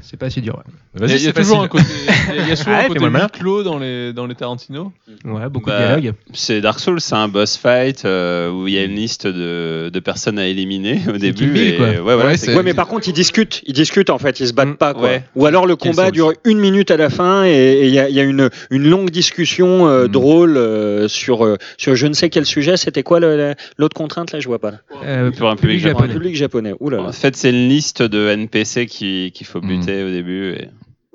[SPEAKER 4] C'est pas si dur.
[SPEAKER 3] Il y a- il y, a
[SPEAKER 1] c'est
[SPEAKER 3] toujours un
[SPEAKER 1] facile.
[SPEAKER 3] côté, il y a- il y a souvent un
[SPEAKER 4] Arrête,
[SPEAKER 3] côté
[SPEAKER 4] fais-moi le malin.
[SPEAKER 3] huis clos dans les, dans les Tarantino.
[SPEAKER 4] Ouais, ouais beaucoup
[SPEAKER 2] Bah,
[SPEAKER 4] de dialogue.
[SPEAKER 2] C'est Dark Souls, c'est un boss fight euh, où il y a une liste de, de personnes à éliminer au début.
[SPEAKER 4] Kill Bill,
[SPEAKER 2] et,
[SPEAKER 4] quoi.
[SPEAKER 2] ouais, voilà,
[SPEAKER 1] Ouais,
[SPEAKER 2] c'est-
[SPEAKER 1] c'est-
[SPEAKER 5] Ouais, mais par contre, ils discutent. Ils discutent en fait, ils se battent
[SPEAKER 4] Mm,
[SPEAKER 5] pas. Quoi.
[SPEAKER 2] ouais.
[SPEAKER 5] Ou alors le
[SPEAKER 2] Quel
[SPEAKER 5] combat
[SPEAKER 2] Souls.
[SPEAKER 5] dure une minute à la fin et il y a, y a une, une longue discussion euh,
[SPEAKER 1] Mm.
[SPEAKER 5] drôle euh, sur, euh, sur je ne sais quel sujet. C'était quoi le- la- l'autre contrainte là Je vois pas. là.
[SPEAKER 4] Euh,
[SPEAKER 2] pour un public
[SPEAKER 4] public
[SPEAKER 2] japonais. Oh,
[SPEAKER 5] Pour un
[SPEAKER 4] japonais.
[SPEAKER 5] public japonais. Ouh là là.
[SPEAKER 2] En fait, c'est une liste de NPC qui- qu'il faut buter au début. et-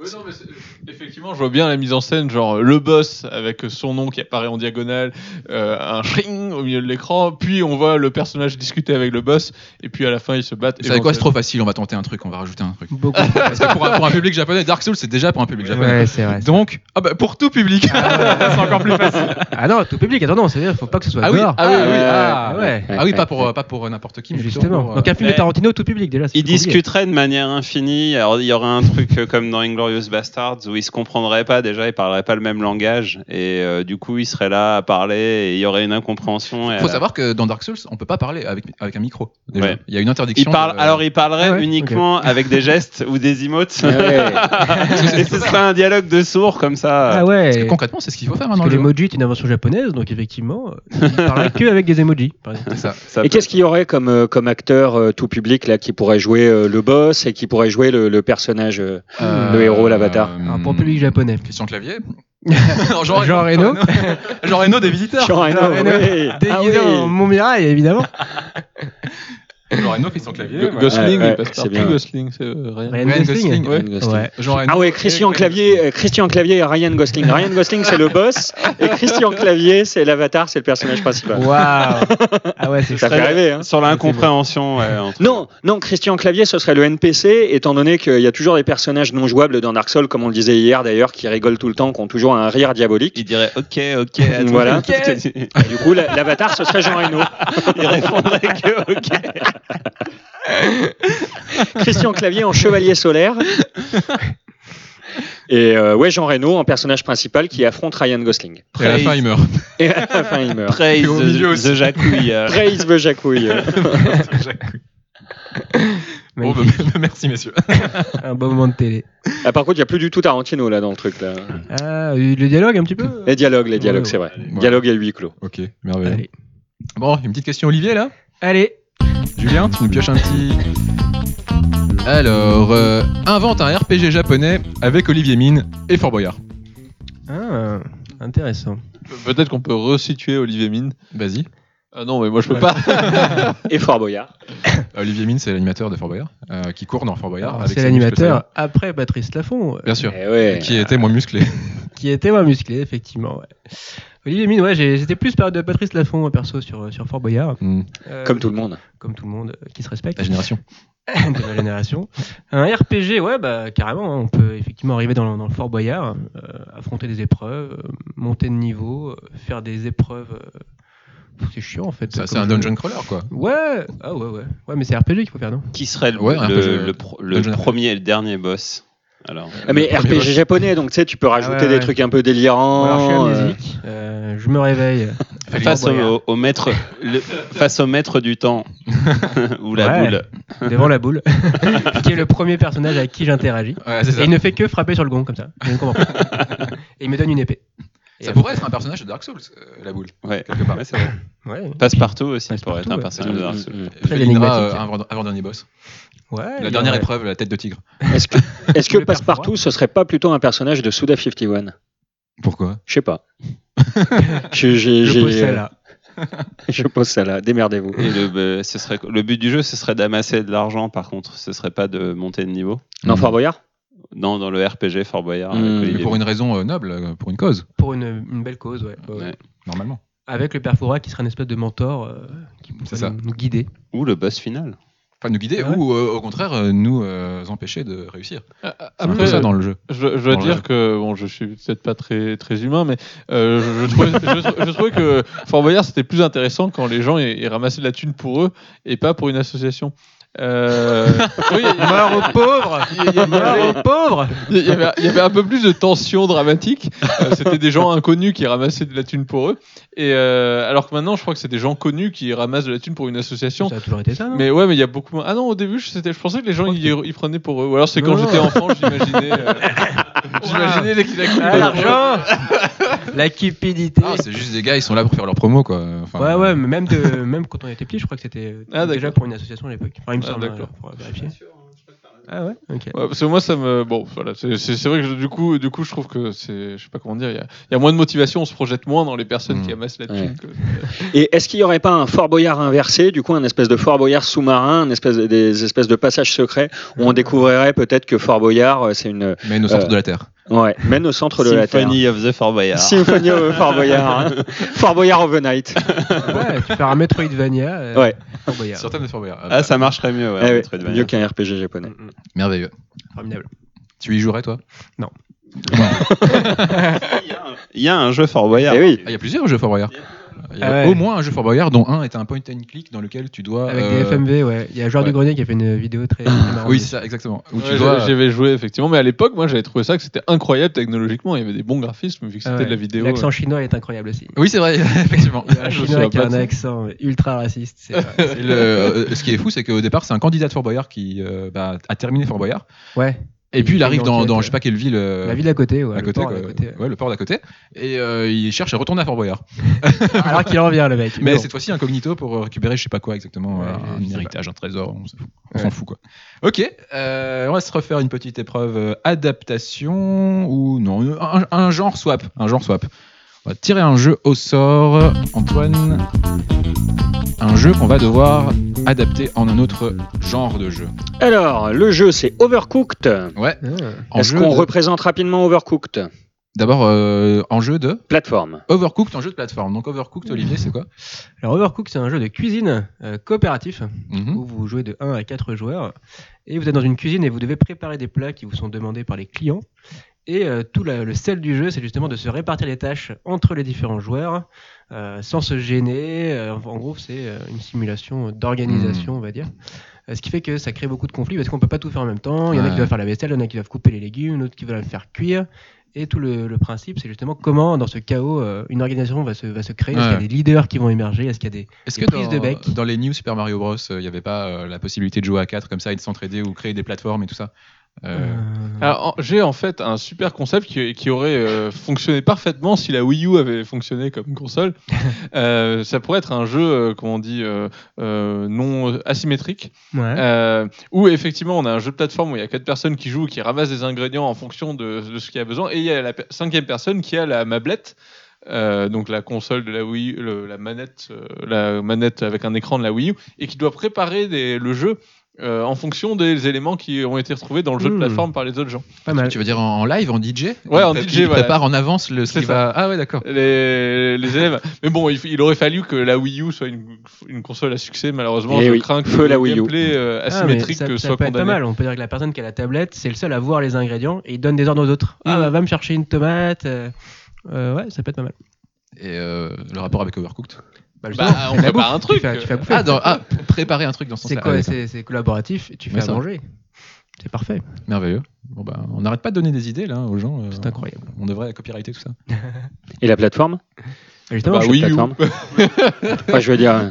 [SPEAKER 3] Oui, non, mais c'est- effectivement, je vois bien la mise en scène, genre euh, le boss avec son nom qui apparaît en diagonale, euh, un shring au milieu de l'écran, puis on voit le personnage discuter avec le boss, et puis à la fin ils se battent.
[SPEAKER 1] Vous savez quoi, c'est trop
[SPEAKER 3] éventuellement.
[SPEAKER 1] facile, on va tenter un truc, on va rajouter un truc.
[SPEAKER 4] Beaucoup.
[SPEAKER 1] Parce que pour un, pour un public japonais, Dark Souls, c'est déjà pour un public japonais.
[SPEAKER 4] ouais, c'est vrai.
[SPEAKER 1] Donc, ah bah, pour tout public, c'est encore plus facile.
[SPEAKER 4] Ah non, tout public. Attends, non, c'est-à-dire, faut pas que ce soit
[SPEAKER 1] Ah oui,
[SPEAKER 4] dehors.
[SPEAKER 1] ah oui,
[SPEAKER 5] Ah
[SPEAKER 1] oui,
[SPEAKER 5] ouais,
[SPEAKER 1] ah,
[SPEAKER 4] ouais, ouais.
[SPEAKER 1] Ah oui, pas pour, euh, pas pour euh, n'importe qui, mais plutôt
[SPEAKER 4] Justement.
[SPEAKER 1] pour, euh,
[SPEAKER 4] Donc un film
[SPEAKER 2] Mais-
[SPEAKER 4] de Tarantino, tout public déjà. c'est
[SPEAKER 2] Ils
[SPEAKER 4] compliqué.
[SPEAKER 2] discuteraient de manière infinie. Alors, il y aurait un truc euh, comme dans Inglorious Bastards où ils se comprendraient pas déjà, ils parleraient pas le même langage. Et euh, du coup, ils seraient là à parler et il y aurait une incompréhension. et
[SPEAKER 1] faut
[SPEAKER 2] à la-
[SPEAKER 1] savoir que dans Dark Souls, on peut pas parler avec, avec un micro. déjà.
[SPEAKER 2] Ouais.
[SPEAKER 1] Il y a une
[SPEAKER 2] Ils
[SPEAKER 1] interdiction.
[SPEAKER 2] parlent,
[SPEAKER 1] de-
[SPEAKER 2] alors, ils parleraient
[SPEAKER 4] Ah ouais,
[SPEAKER 2] uniquement avec des gestes ou des emotes.
[SPEAKER 5] Ah
[SPEAKER 2] et ce serait un dialogue de sourds comme ça.
[SPEAKER 4] Ah ouais.
[SPEAKER 1] concrètement, c'est ce qu'il faut faire hein,
[SPEAKER 4] Parce
[SPEAKER 1] maintenant.
[SPEAKER 4] que l'emoji est une invention japonaise, donc effectivement, euh, ils parlaient que avec des emojis. par exemple.
[SPEAKER 2] Ça
[SPEAKER 5] Et
[SPEAKER 2] peut-
[SPEAKER 5] qu'est-ce qu'il y aurait comme, euh, comme acteur euh, tout public là qui pourrait jouer euh, le boss et qui pourrait jouer le, le personnage euh, le héros, l'avatar.
[SPEAKER 4] Ah. Alors, pour le public japonais.
[SPEAKER 1] euh, Christian Clavier.
[SPEAKER 4] Jean, Reno,
[SPEAKER 1] Jean Reno des visiteurs.
[SPEAKER 5] Jean Reno,
[SPEAKER 4] Reno.
[SPEAKER 5] oui. Ah
[SPEAKER 4] déguisé
[SPEAKER 5] oui.
[SPEAKER 4] en Montmirail, évidemment.
[SPEAKER 1] Genre fait son clavier.
[SPEAKER 3] Go- Gosling,
[SPEAKER 5] Ouais, ouais,
[SPEAKER 3] il passe par
[SPEAKER 5] c'est
[SPEAKER 3] plus
[SPEAKER 5] bien.
[SPEAKER 3] Gosling, c'est euh, rien.
[SPEAKER 4] Ryan
[SPEAKER 1] Ryan
[SPEAKER 4] Gosling.
[SPEAKER 1] Gosling.
[SPEAKER 3] Ouais.
[SPEAKER 4] Ouais.
[SPEAKER 1] Genre
[SPEAKER 5] Ah ouais, Christian Clavier, euh, Christian Clavier et Ryan Gosling. Ryan Gosling, c'est le boss, et Christian Clavier, c'est l'avatar, c'est le personnage principal.
[SPEAKER 4] Waouh Ah ouais, c'est
[SPEAKER 5] Ça
[SPEAKER 4] très
[SPEAKER 5] fait rêver, hein.
[SPEAKER 2] Sur l'incompréhension, ouais, entre-
[SPEAKER 5] Non, non, Christian Clavier, ce serait le NPC, étant donné qu'il y a toujours des personnages non jouables dans Dark Souls, comme on le disait hier d'ailleurs, qui rigolent tout le temps, qui ont toujours un rire diabolique.
[SPEAKER 2] Il dirait ok, ok, à tout-
[SPEAKER 5] Voilà.
[SPEAKER 2] il
[SPEAKER 5] Et du coup, la- l'avatar, ce serait Jean Reno.
[SPEAKER 2] répondrait que ok.
[SPEAKER 5] Christian Clavier en chevalier solaire. Et euh, ouais, Jean Reno en personnage principal qui affronte Ryan Gosling.
[SPEAKER 1] Et à la fin, il meurt.
[SPEAKER 5] Et à la fin, il meurt.
[SPEAKER 2] Praise
[SPEAKER 1] Et au milieu
[SPEAKER 2] the,
[SPEAKER 1] aussi.
[SPEAKER 2] the Jacouille. euh.
[SPEAKER 5] Praise the Jacouille.
[SPEAKER 1] Bon, bah, merci, messieurs.
[SPEAKER 4] Un bon moment de télé.
[SPEAKER 5] Ah, par contre, il n'y a plus du tout Tarantino là dans le truc. Là.
[SPEAKER 4] Ah, le dialogue un petit peu
[SPEAKER 5] Les dialogues, les dialogues,
[SPEAKER 4] Ouais,
[SPEAKER 5] c'est vrai.
[SPEAKER 1] ouais.
[SPEAKER 5] Dialogue à huis clos.
[SPEAKER 1] Ok, merveilleux.
[SPEAKER 4] Allez.
[SPEAKER 1] Bon, une petite question, Olivier, là
[SPEAKER 4] Allez
[SPEAKER 1] Julien, tu nous pioches un petit. Alors, euh, invente un RPG japonais avec Olivier Mine et Fort Boyard.
[SPEAKER 4] Ah, intéressant.
[SPEAKER 3] Peut-être qu'on peut resituer Olivier Mine.
[SPEAKER 1] Vas-y.
[SPEAKER 3] Ah non, mais moi je peux
[SPEAKER 4] Voilà.
[SPEAKER 3] pas.
[SPEAKER 5] Et Fort Boyard.
[SPEAKER 1] Olivier Mine, c'est l'animateur de Fort Boyard, euh, qui court dans Fort Boyard.
[SPEAKER 4] Alors,
[SPEAKER 1] avec
[SPEAKER 4] Ah, C'est
[SPEAKER 1] ses muscles saillants.
[SPEAKER 4] l'animateur après Patrice Laffont, euh,
[SPEAKER 1] Bien sûr.
[SPEAKER 5] Eh ouais.
[SPEAKER 1] Qui était moins musclé.
[SPEAKER 4] qui était moins musclé, effectivement. ouais. Olivier Mine, ouais, j'ai- j'étais plus par de Patrice Laffont, euh, perso, sur, euh, sur Fort Boyard.
[SPEAKER 1] Hmm,
[SPEAKER 4] Euh,
[SPEAKER 5] Comme tout le monde.
[SPEAKER 4] comme tout le monde euh, qui se respecte.
[SPEAKER 1] la génération.
[SPEAKER 4] de ma génération. Un RPG, ouais, bah carrément, hein, on peut effectivement arriver dans, le- dans le Fort Boyard, euh, affronter des épreuves, euh, monter de niveau, euh, faire des épreuves. euh, pff, c'est chiant en fait.
[SPEAKER 1] Ça,
[SPEAKER 4] comme
[SPEAKER 1] C'est un
[SPEAKER 4] jeu.
[SPEAKER 1] dungeon crawler, quoi.
[SPEAKER 4] Ouais, ah ouais, ouais. Ouais, mais c'est RPG qu'il faut faire, non
[SPEAKER 2] Qui serait le,
[SPEAKER 1] Ouais, un
[SPEAKER 2] le-
[SPEAKER 1] peu, je-
[SPEAKER 2] le pro- le
[SPEAKER 1] Dungeon Crawler.
[SPEAKER 2] premier et le dernier boss Alors,
[SPEAKER 5] Ah, mais
[SPEAKER 1] Le premier
[SPEAKER 5] RPG
[SPEAKER 1] boss.
[SPEAKER 5] japonais, donc tu sais, tu peux rajouter
[SPEAKER 4] Ah ouais,
[SPEAKER 5] des
[SPEAKER 4] ouais.
[SPEAKER 5] trucs un peu
[SPEAKER 4] Alors, je suis
[SPEAKER 5] délirants. euh,
[SPEAKER 4] amnésique, euh, je me réveille.
[SPEAKER 2] face
[SPEAKER 4] Fort Boyard.
[SPEAKER 2] au, au maître, le- face au maître du temps ou la
[SPEAKER 4] Ouais.
[SPEAKER 2] boule.
[SPEAKER 4] devant la boule, qui est le premier personnage avec qui j'interagis.
[SPEAKER 1] Ouais, c'est
[SPEAKER 4] Et
[SPEAKER 1] ça.
[SPEAKER 4] il ne fait que frapper sur le gong comme ça. Je ne comprends pas. Et il me donne une épée. Et
[SPEAKER 1] Ça
[SPEAKER 4] après-
[SPEAKER 1] pourrait être un personnage de Dark Souls, euh, la boule,
[SPEAKER 2] Ouais.
[SPEAKER 1] quelque part.
[SPEAKER 2] Ouais, c'est vrai.
[SPEAKER 4] Ouais.
[SPEAKER 2] Passe-partout aussi pour
[SPEAKER 4] Passe-partout,
[SPEAKER 2] être un
[SPEAKER 4] ouais.
[SPEAKER 2] personnage de Dark Souls.
[SPEAKER 5] Mm, mm.
[SPEAKER 1] Je
[SPEAKER 4] énigmatique.
[SPEAKER 1] Indra, euh, avant- avant-dernier boss.
[SPEAKER 4] Ouais,
[SPEAKER 1] La dernière
[SPEAKER 4] ouais.
[SPEAKER 1] épreuve, la tête de tigre.
[SPEAKER 5] mm. Est-ce que, est-ce que
[SPEAKER 4] Le père
[SPEAKER 5] Passepartout, ce serait pas plutôt un personnage de Suda 51
[SPEAKER 1] Pourquoi
[SPEAKER 5] Je sais pas. Je- j'ai-
[SPEAKER 4] Je
[SPEAKER 5] j'ai-
[SPEAKER 4] pose celle-là.
[SPEAKER 5] Je pose ça là. Démerdez-vous.
[SPEAKER 2] Et le, euh, ce serait, le but du jeu, ce serait d'amasser de l'argent, par contre. Ce serait pas de monter de niveau.
[SPEAKER 5] Non, Fort Boyard
[SPEAKER 2] Non, dans le RPG Fort Boyard. avec
[SPEAKER 5] Mm.
[SPEAKER 2] Olivier.
[SPEAKER 1] Hmm. Mais pour une raison euh, noble, euh, pour une cause,
[SPEAKER 4] Pour une, une belle cause, ouais. Ouais.
[SPEAKER 2] Ouais.
[SPEAKER 1] normalement.
[SPEAKER 4] Avec le père Foura qui serait un espèce de mentor euh, qui pourrait
[SPEAKER 1] C'est ça.
[SPEAKER 4] nous, nous guider.
[SPEAKER 2] Ou le boss final.
[SPEAKER 1] Enfin, nous guider
[SPEAKER 4] Ah Ouais.
[SPEAKER 1] ou euh, au contraire euh, nous euh, empêcher de réussir. C'est un peu
[SPEAKER 3] Après,
[SPEAKER 1] ça dans le jeu.
[SPEAKER 3] Je, je dois
[SPEAKER 1] Dans le jeu.
[SPEAKER 3] dire que bon, je suis peut-être pas très très humain, mais euh, je, je trouvais, je- je trouvais que Fort Boyard c'était plus intéressant quand les gens ils, ils ramassaient de la thune pour eux et pas pour une association. Euh, oui, il y a-
[SPEAKER 4] Mort aux pauvres
[SPEAKER 3] il y a- il y a-
[SPEAKER 4] Mort aux pauvres
[SPEAKER 3] il y, avait, il y avait un peu plus de tension dramatique. Euh, c'était des gens inconnus qui ramassaient de la thune pour eux. Et euh, alors que maintenant, je crois que c'est des gens connus qui ramassent de la thune pour une association.
[SPEAKER 4] Ça a toujours été ça, non
[SPEAKER 3] Mais ouais, mais il y a beaucoup moins. Ah non, au début, je, c'était- je pensais que les gens ils, ils prenaient pour eux. Ou alors c'est quand
[SPEAKER 4] Non.
[SPEAKER 3] j'étais enfant, j'imaginais. euh, j'imaginais les la
[SPEAKER 4] Ah, l'argent La cupidité
[SPEAKER 1] Ah, c'est juste des gars, ils sont là pour faire leur promo, quoi. Enfin,
[SPEAKER 4] euh, Ouais, ouais, mais même, de, même quand on était petit, je crois que c'était euh,
[SPEAKER 3] Ah,
[SPEAKER 4] déjà
[SPEAKER 3] d'accord.
[SPEAKER 4] pour une association à l'époque. Enfin, il me
[SPEAKER 3] Ah,
[SPEAKER 4] semble,
[SPEAKER 3] d'accord.
[SPEAKER 4] hein, faudra vérifier. Ah ouais Ok.
[SPEAKER 3] Ouais, parce que moi, ça me. Bon, voilà. C'est c'est- c'est vrai que je- du coup, du coup, je trouve que c'est. Je sais pas comment dire. Il y a, il y a moins de motivation. On se projette moins dans les personnes
[SPEAKER 1] Mm.
[SPEAKER 3] qui amassent la
[SPEAKER 5] Ouais.
[SPEAKER 3] thune. que-
[SPEAKER 5] Et est-ce qu'il y aurait pas un Fort Boyard inversé, du coup, un espèce de Fort Boyard sous-marin, un espèce, des espèces de passages secrets où on découvrirait peut-être que Fort Boyard, euh, c'est une.
[SPEAKER 1] Mais nos centres
[SPEAKER 5] Euh,
[SPEAKER 1] de la Terre.
[SPEAKER 5] Ouais, mène au centre de la Terre.
[SPEAKER 2] Symphony of the Fort Boyard.
[SPEAKER 5] Symphony of Fort Boyard. hein. Fort Boyard Overnight.
[SPEAKER 4] Ah Ouais, tu fais un Metroidvania. euh,
[SPEAKER 5] Ouais.
[SPEAKER 4] Fort Boyard.
[SPEAKER 1] Certains de Fort Boyard. Ah,
[SPEAKER 2] Ah, ça marcherait mieux, ouais,
[SPEAKER 5] Eh ouais,
[SPEAKER 2] Metroidvania.
[SPEAKER 5] mieux qu'un RPG japonais.
[SPEAKER 4] Mm, mm.
[SPEAKER 1] Merveilleux.
[SPEAKER 4] Formidable.
[SPEAKER 1] Tu y jouerais, toi
[SPEAKER 4] Non.
[SPEAKER 1] Non.
[SPEAKER 2] Il y a un jeu Fort Boyard.
[SPEAKER 5] Eh oui.
[SPEAKER 1] Ah, il y a plusieurs jeux Fort Boyard. Il y a
[SPEAKER 4] Ah ouais.
[SPEAKER 1] au moins un jeu Fort Boyard, dont un est un point and click dans lequel tu dois.
[SPEAKER 4] Avec
[SPEAKER 1] euh,
[SPEAKER 4] des FMV, ouais. Il y a Joueur
[SPEAKER 1] ouais. Ah,
[SPEAKER 4] du Grenier qui a fait une vidéo très. très marrante
[SPEAKER 1] Oui,
[SPEAKER 4] dessus.
[SPEAKER 1] c'est ça, exactement. Où
[SPEAKER 3] Ouais,
[SPEAKER 1] tu dois.
[SPEAKER 3] j'avais- J'avais joué effectivement, mais à l'époque, moi, j'avais trouvé ça que c'était incroyable technologiquement. Il y avait des bons graphismes vu que c'était
[SPEAKER 4] Ah ouais.
[SPEAKER 3] de la vidéo.
[SPEAKER 4] L'accent chinois est incroyable aussi.
[SPEAKER 1] Oui, c'est vrai, effectivement.
[SPEAKER 4] Il y a un
[SPEAKER 3] Je me
[SPEAKER 4] chinois
[SPEAKER 3] souviens
[SPEAKER 4] qui a
[SPEAKER 3] pas
[SPEAKER 4] un
[SPEAKER 3] de ça.
[SPEAKER 4] accent ultra raciste. c'est vrai.
[SPEAKER 1] Et le- euh, ce qui est fou, c'est qu'au départ, c'est un candidat de Fort Boyard qui euh, bah, a terminé Fort Boyard.
[SPEAKER 4] Ouais,
[SPEAKER 1] Et
[SPEAKER 4] Il
[SPEAKER 1] puis il
[SPEAKER 4] fait
[SPEAKER 1] arrive
[SPEAKER 4] une
[SPEAKER 1] dans,
[SPEAKER 4] enquête,
[SPEAKER 1] dans
[SPEAKER 4] euh,
[SPEAKER 1] je sais pas quelle ville. euh,
[SPEAKER 4] la ville à côté, ouais.
[SPEAKER 1] à
[SPEAKER 4] le
[SPEAKER 1] côté,
[SPEAKER 4] port
[SPEAKER 1] quoi.
[SPEAKER 4] d'à côté, ouais.
[SPEAKER 1] Ouais, le port d'à côté. Et euh, il cherche à retourner à Fort Boyard.
[SPEAKER 4] Alors qu'il en revient, le mec.
[SPEAKER 1] Mais
[SPEAKER 4] Bon.
[SPEAKER 1] cette fois-ci incognito pour récupérer je sais pas quoi exactement, euh,
[SPEAKER 4] Ouais,
[SPEAKER 1] un-
[SPEAKER 4] je sais
[SPEAKER 1] un
[SPEAKER 4] pas.
[SPEAKER 1] héritage, un trésor, on s'en fout, on
[SPEAKER 4] Ouais.
[SPEAKER 1] s'en fout, quoi. Ok, euh, on va se refaire une petite épreuve euh, adaptation ou non, un, un genre swap, un genre swap. On va tirer un jeu au sort, Antoine. Un jeu qu'on va devoir adapté en un autre genre de jeu.
[SPEAKER 5] Alors, le jeu, c'est Overcooked.
[SPEAKER 1] Ouais.
[SPEAKER 4] Ah.
[SPEAKER 1] En
[SPEAKER 5] Est-ce
[SPEAKER 1] jeu
[SPEAKER 5] qu'on
[SPEAKER 1] de-
[SPEAKER 5] représente rapidement Overcooked
[SPEAKER 1] D'abord, euh, en jeu de
[SPEAKER 5] Plateforme.
[SPEAKER 1] Overcooked, en jeu de plateforme. Donc Overcooked, Olivier, c'est quoi
[SPEAKER 4] Alors Overcooked, c'est un jeu de cuisine euh, coopératif
[SPEAKER 1] Mhm.
[SPEAKER 4] où vous jouez de 1 à 4 joueurs et vous êtes dans une cuisine et vous devez préparer des plats qui vous sont demandés par les clients. Et euh, tout la- le sel du jeu, c'est justement de se répartir les tâches entre les différents joueurs euh, sans se gêner. Euh, en gros, c'est euh, une simulation
[SPEAKER 1] Hmm.
[SPEAKER 4] d'organisation, on va dire. Euh, ce qui fait que ça crée beaucoup de conflits parce qu'on peut pas tout faire en même temps. Il y en a
[SPEAKER 1] Ouais.
[SPEAKER 4] qui doivent faire la vaisselle, il y en a qui doivent couper les légumes, d'autres qui doivent faire cuire. Et tout le, le principe, c'est justement comment, dans ce chaos, euh, une organisation va se, va se créer. Est-ce qu'il y a
[SPEAKER 1] Ouais.
[SPEAKER 4] des leaders qui vont émerger Est-ce qu'il y a des
[SPEAKER 1] Est-ce
[SPEAKER 4] Des
[SPEAKER 1] que
[SPEAKER 4] prises
[SPEAKER 1] dans,
[SPEAKER 4] de bec.
[SPEAKER 1] dans les New Super Mario Bros, il n'y avait pas euh, la possibilité de jouer à 4 comme ça et de s'entraider ou créer des plateformes et tout ça Euh,
[SPEAKER 4] Euh,
[SPEAKER 3] Alors, Ah, en- J'ai en fait un super concept qui, qui aurait euh, fonctionné parfaitement si la Wii U avait fonctionné comme console. Euh, ça pourrait être un jeu, euh, comment on dit, euh, euh, non asymétrique,
[SPEAKER 1] Ah.
[SPEAKER 4] ouais.
[SPEAKER 3] euh, où effectivement on a un jeu de plateforme où il y a quatre personnes qui jouent, qui ramassent des ingrédients en fonction de, de ce qu'il y a besoin, et il y a la pe- cinquième personne qui a la mablette. euh, donc la console de la Wii, le- la manette, euh, la manette avec un écran de la Wii U, et qui doit préparer des- le jeu euh, en fonction des éléments qui ont été retrouvés dans le jeu de
[SPEAKER 4] Hmm.
[SPEAKER 3] plateforme par les autres gens.
[SPEAKER 4] Pas mal.
[SPEAKER 1] Tu veux dire en, en live, en DJ
[SPEAKER 3] Ouais, en
[SPEAKER 1] Il pré-
[SPEAKER 3] DJ,
[SPEAKER 1] Il
[SPEAKER 3] voilà.
[SPEAKER 1] prépare en avance le, ce
[SPEAKER 3] C'est
[SPEAKER 1] qui va. Ah ouais, d'accord.
[SPEAKER 3] les, les élèves. Mais bon, il, f- il aurait fallu que la Wii U soit une, une console à succès. Malheureusement,
[SPEAKER 5] Eh
[SPEAKER 3] je
[SPEAKER 5] oui,
[SPEAKER 3] crains que
[SPEAKER 5] feu
[SPEAKER 3] le
[SPEAKER 5] la Wii U.
[SPEAKER 3] gameplay euh,
[SPEAKER 4] Ah, mais
[SPEAKER 3] asymétrique
[SPEAKER 4] ça,
[SPEAKER 3] euh,
[SPEAKER 4] ça
[SPEAKER 3] soit
[SPEAKER 4] peut être pas
[SPEAKER 3] condamné.
[SPEAKER 4] mal. On peut dire que la personne qui a la tablette, c'est le seul à voir les ingrédients et il donne des ordres aux autres. Ah bah, va me chercher une tomate. euh, euh, ouais, ça peut être pas mal.
[SPEAKER 1] Et euh, le rapport avec Overcooked
[SPEAKER 4] Bah,
[SPEAKER 3] Bah,
[SPEAKER 4] justement,
[SPEAKER 3] on
[SPEAKER 4] tu fais la
[SPEAKER 3] prépare
[SPEAKER 4] bouffe,
[SPEAKER 3] un truc.
[SPEAKER 4] Tu fais, tu fais la bouffe.
[SPEAKER 1] Ah, dans- ah, pour préparer un truc dans ce
[SPEAKER 4] c'est
[SPEAKER 1] sens-là.
[SPEAKER 4] quoi
[SPEAKER 1] Ah, d'accord.
[SPEAKER 4] C'est c'est collaboratif. et Tu fais
[SPEAKER 1] Mais
[SPEAKER 4] à
[SPEAKER 1] ça-
[SPEAKER 4] manger. C'est parfait.
[SPEAKER 1] Merveilleux. Bon, bah, on n'arrête pas de donner des idées là aux gens. euh,
[SPEAKER 4] C'est incroyable.
[SPEAKER 1] On devrait copyrighter tout ça.
[SPEAKER 5] Et la plateforme
[SPEAKER 4] Et Justement,
[SPEAKER 3] Bah
[SPEAKER 4] je-
[SPEAKER 5] Jeu de
[SPEAKER 3] oui, ou-
[SPEAKER 5] plateforme. Moi, je veux dire. euh,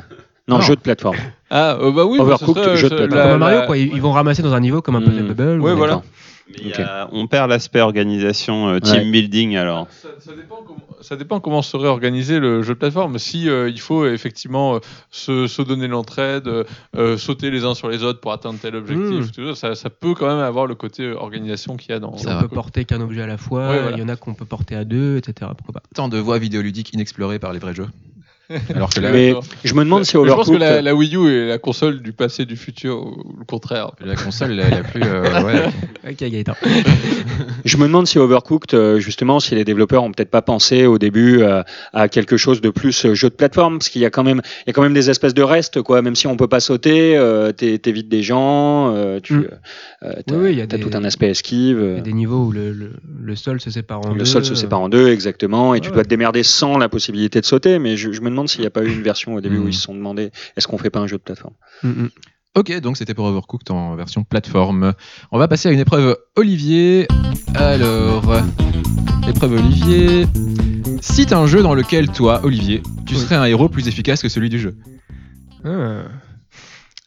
[SPEAKER 5] Non,
[SPEAKER 1] Non.
[SPEAKER 5] jeu de plateforme.
[SPEAKER 3] Ah, euh, bah oui, bah, ce
[SPEAKER 5] Overcooked,
[SPEAKER 3] serait, euh,
[SPEAKER 5] jeu de
[SPEAKER 3] ce-
[SPEAKER 5] plateforme.
[SPEAKER 3] la-
[SPEAKER 4] comme à Mario,
[SPEAKER 3] la-
[SPEAKER 4] quoi. Ils, ils vont ramasser dans un niveau comme un
[SPEAKER 5] Mm.
[SPEAKER 4] puzzle bubble.
[SPEAKER 3] Ouais,
[SPEAKER 4] ou-
[SPEAKER 3] voilà.
[SPEAKER 5] D'accord.
[SPEAKER 2] Mais il y a- on perd l'aspect organisation, euh, team
[SPEAKER 5] Ouais.
[SPEAKER 2] building alors.
[SPEAKER 3] Ça, ça dépend comment, ça dépend comment serait organisé le jeu de plateforme. Si euh, il faut effectivement euh, se, se donner l'entraide, euh, euh, sauter les uns sur les autres pour atteindre tel objectif,
[SPEAKER 4] Mm.
[SPEAKER 3] tout ça, ça, ça peut quand même avoir le côté euh, organisation qu'il y a dans.
[SPEAKER 1] Ça
[SPEAKER 3] dans
[SPEAKER 1] va.
[SPEAKER 4] On peut porter qu'un objet à la fois.
[SPEAKER 3] Ouais, voilà.
[SPEAKER 4] Il y en a qu'on peut porter à deux, etc. Pourquoi pas
[SPEAKER 1] Tant de voies vidéoludiques inexplorées par les vrais jeux. Alors que là,
[SPEAKER 5] Mais je me demande si
[SPEAKER 3] euh, Mais je pense que
[SPEAKER 5] Overcooked. euh,
[SPEAKER 3] la, la Wii U est la console du passé, du futur, ou le contraire.
[SPEAKER 1] la console, elle a plus. euh, ouais.
[SPEAKER 4] Ok, Gaëtan.
[SPEAKER 5] Je me demande si Overcooked, euh, justement, si les développeurs ont peut-être pas pensé au début euh, à quelque chose de plus euh, jeu de plateforme, parce qu'il y a quand même, il y a quand même des espèces de restes, quoi. Même si on peut pas sauter, euh, t'é- t'évites des gens, euh, tu,
[SPEAKER 4] Mm.
[SPEAKER 5] euh, t'as,
[SPEAKER 4] Oui, oui, il y a
[SPEAKER 5] t'as
[SPEAKER 4] des-
[SPEAKER 5] tout un aspect esquive.
[SPEAKER 4] Il y a
[SPEAKER 5] euh,
[SPEAKER 4] des niveaux où le, le- le sol se sépare en deux. euh.
[SPEAKER 5] Le sol se sépare en deux, exactement, et tu
[SPEAKER 4] Ouais.
[SPEAKER 5] dois te démerder sans la possibilité de sauter. Mais je, je me demande s'il n'y a pas eu une version au début
[SPEAKER 1] Mm.
[SPEAKER 5] où ils se sont demandé est-ce qu'on fait pas un jeu de plateforme
[SPEAKER 4] Mm, mm.
[SPEAKER 1] Ok, donc c'était pour Overcooked en version plateforme. On va passer à une épreuve Olivier. Alors, épreuve Olivier. Cite un jeu dans lequel toi, Olivier, tu
[SPEAKER 4] Oui.
[SPEAKER 1] serais un héros plus efficace que celui du jeu.
[SPEAKER 4] Ah.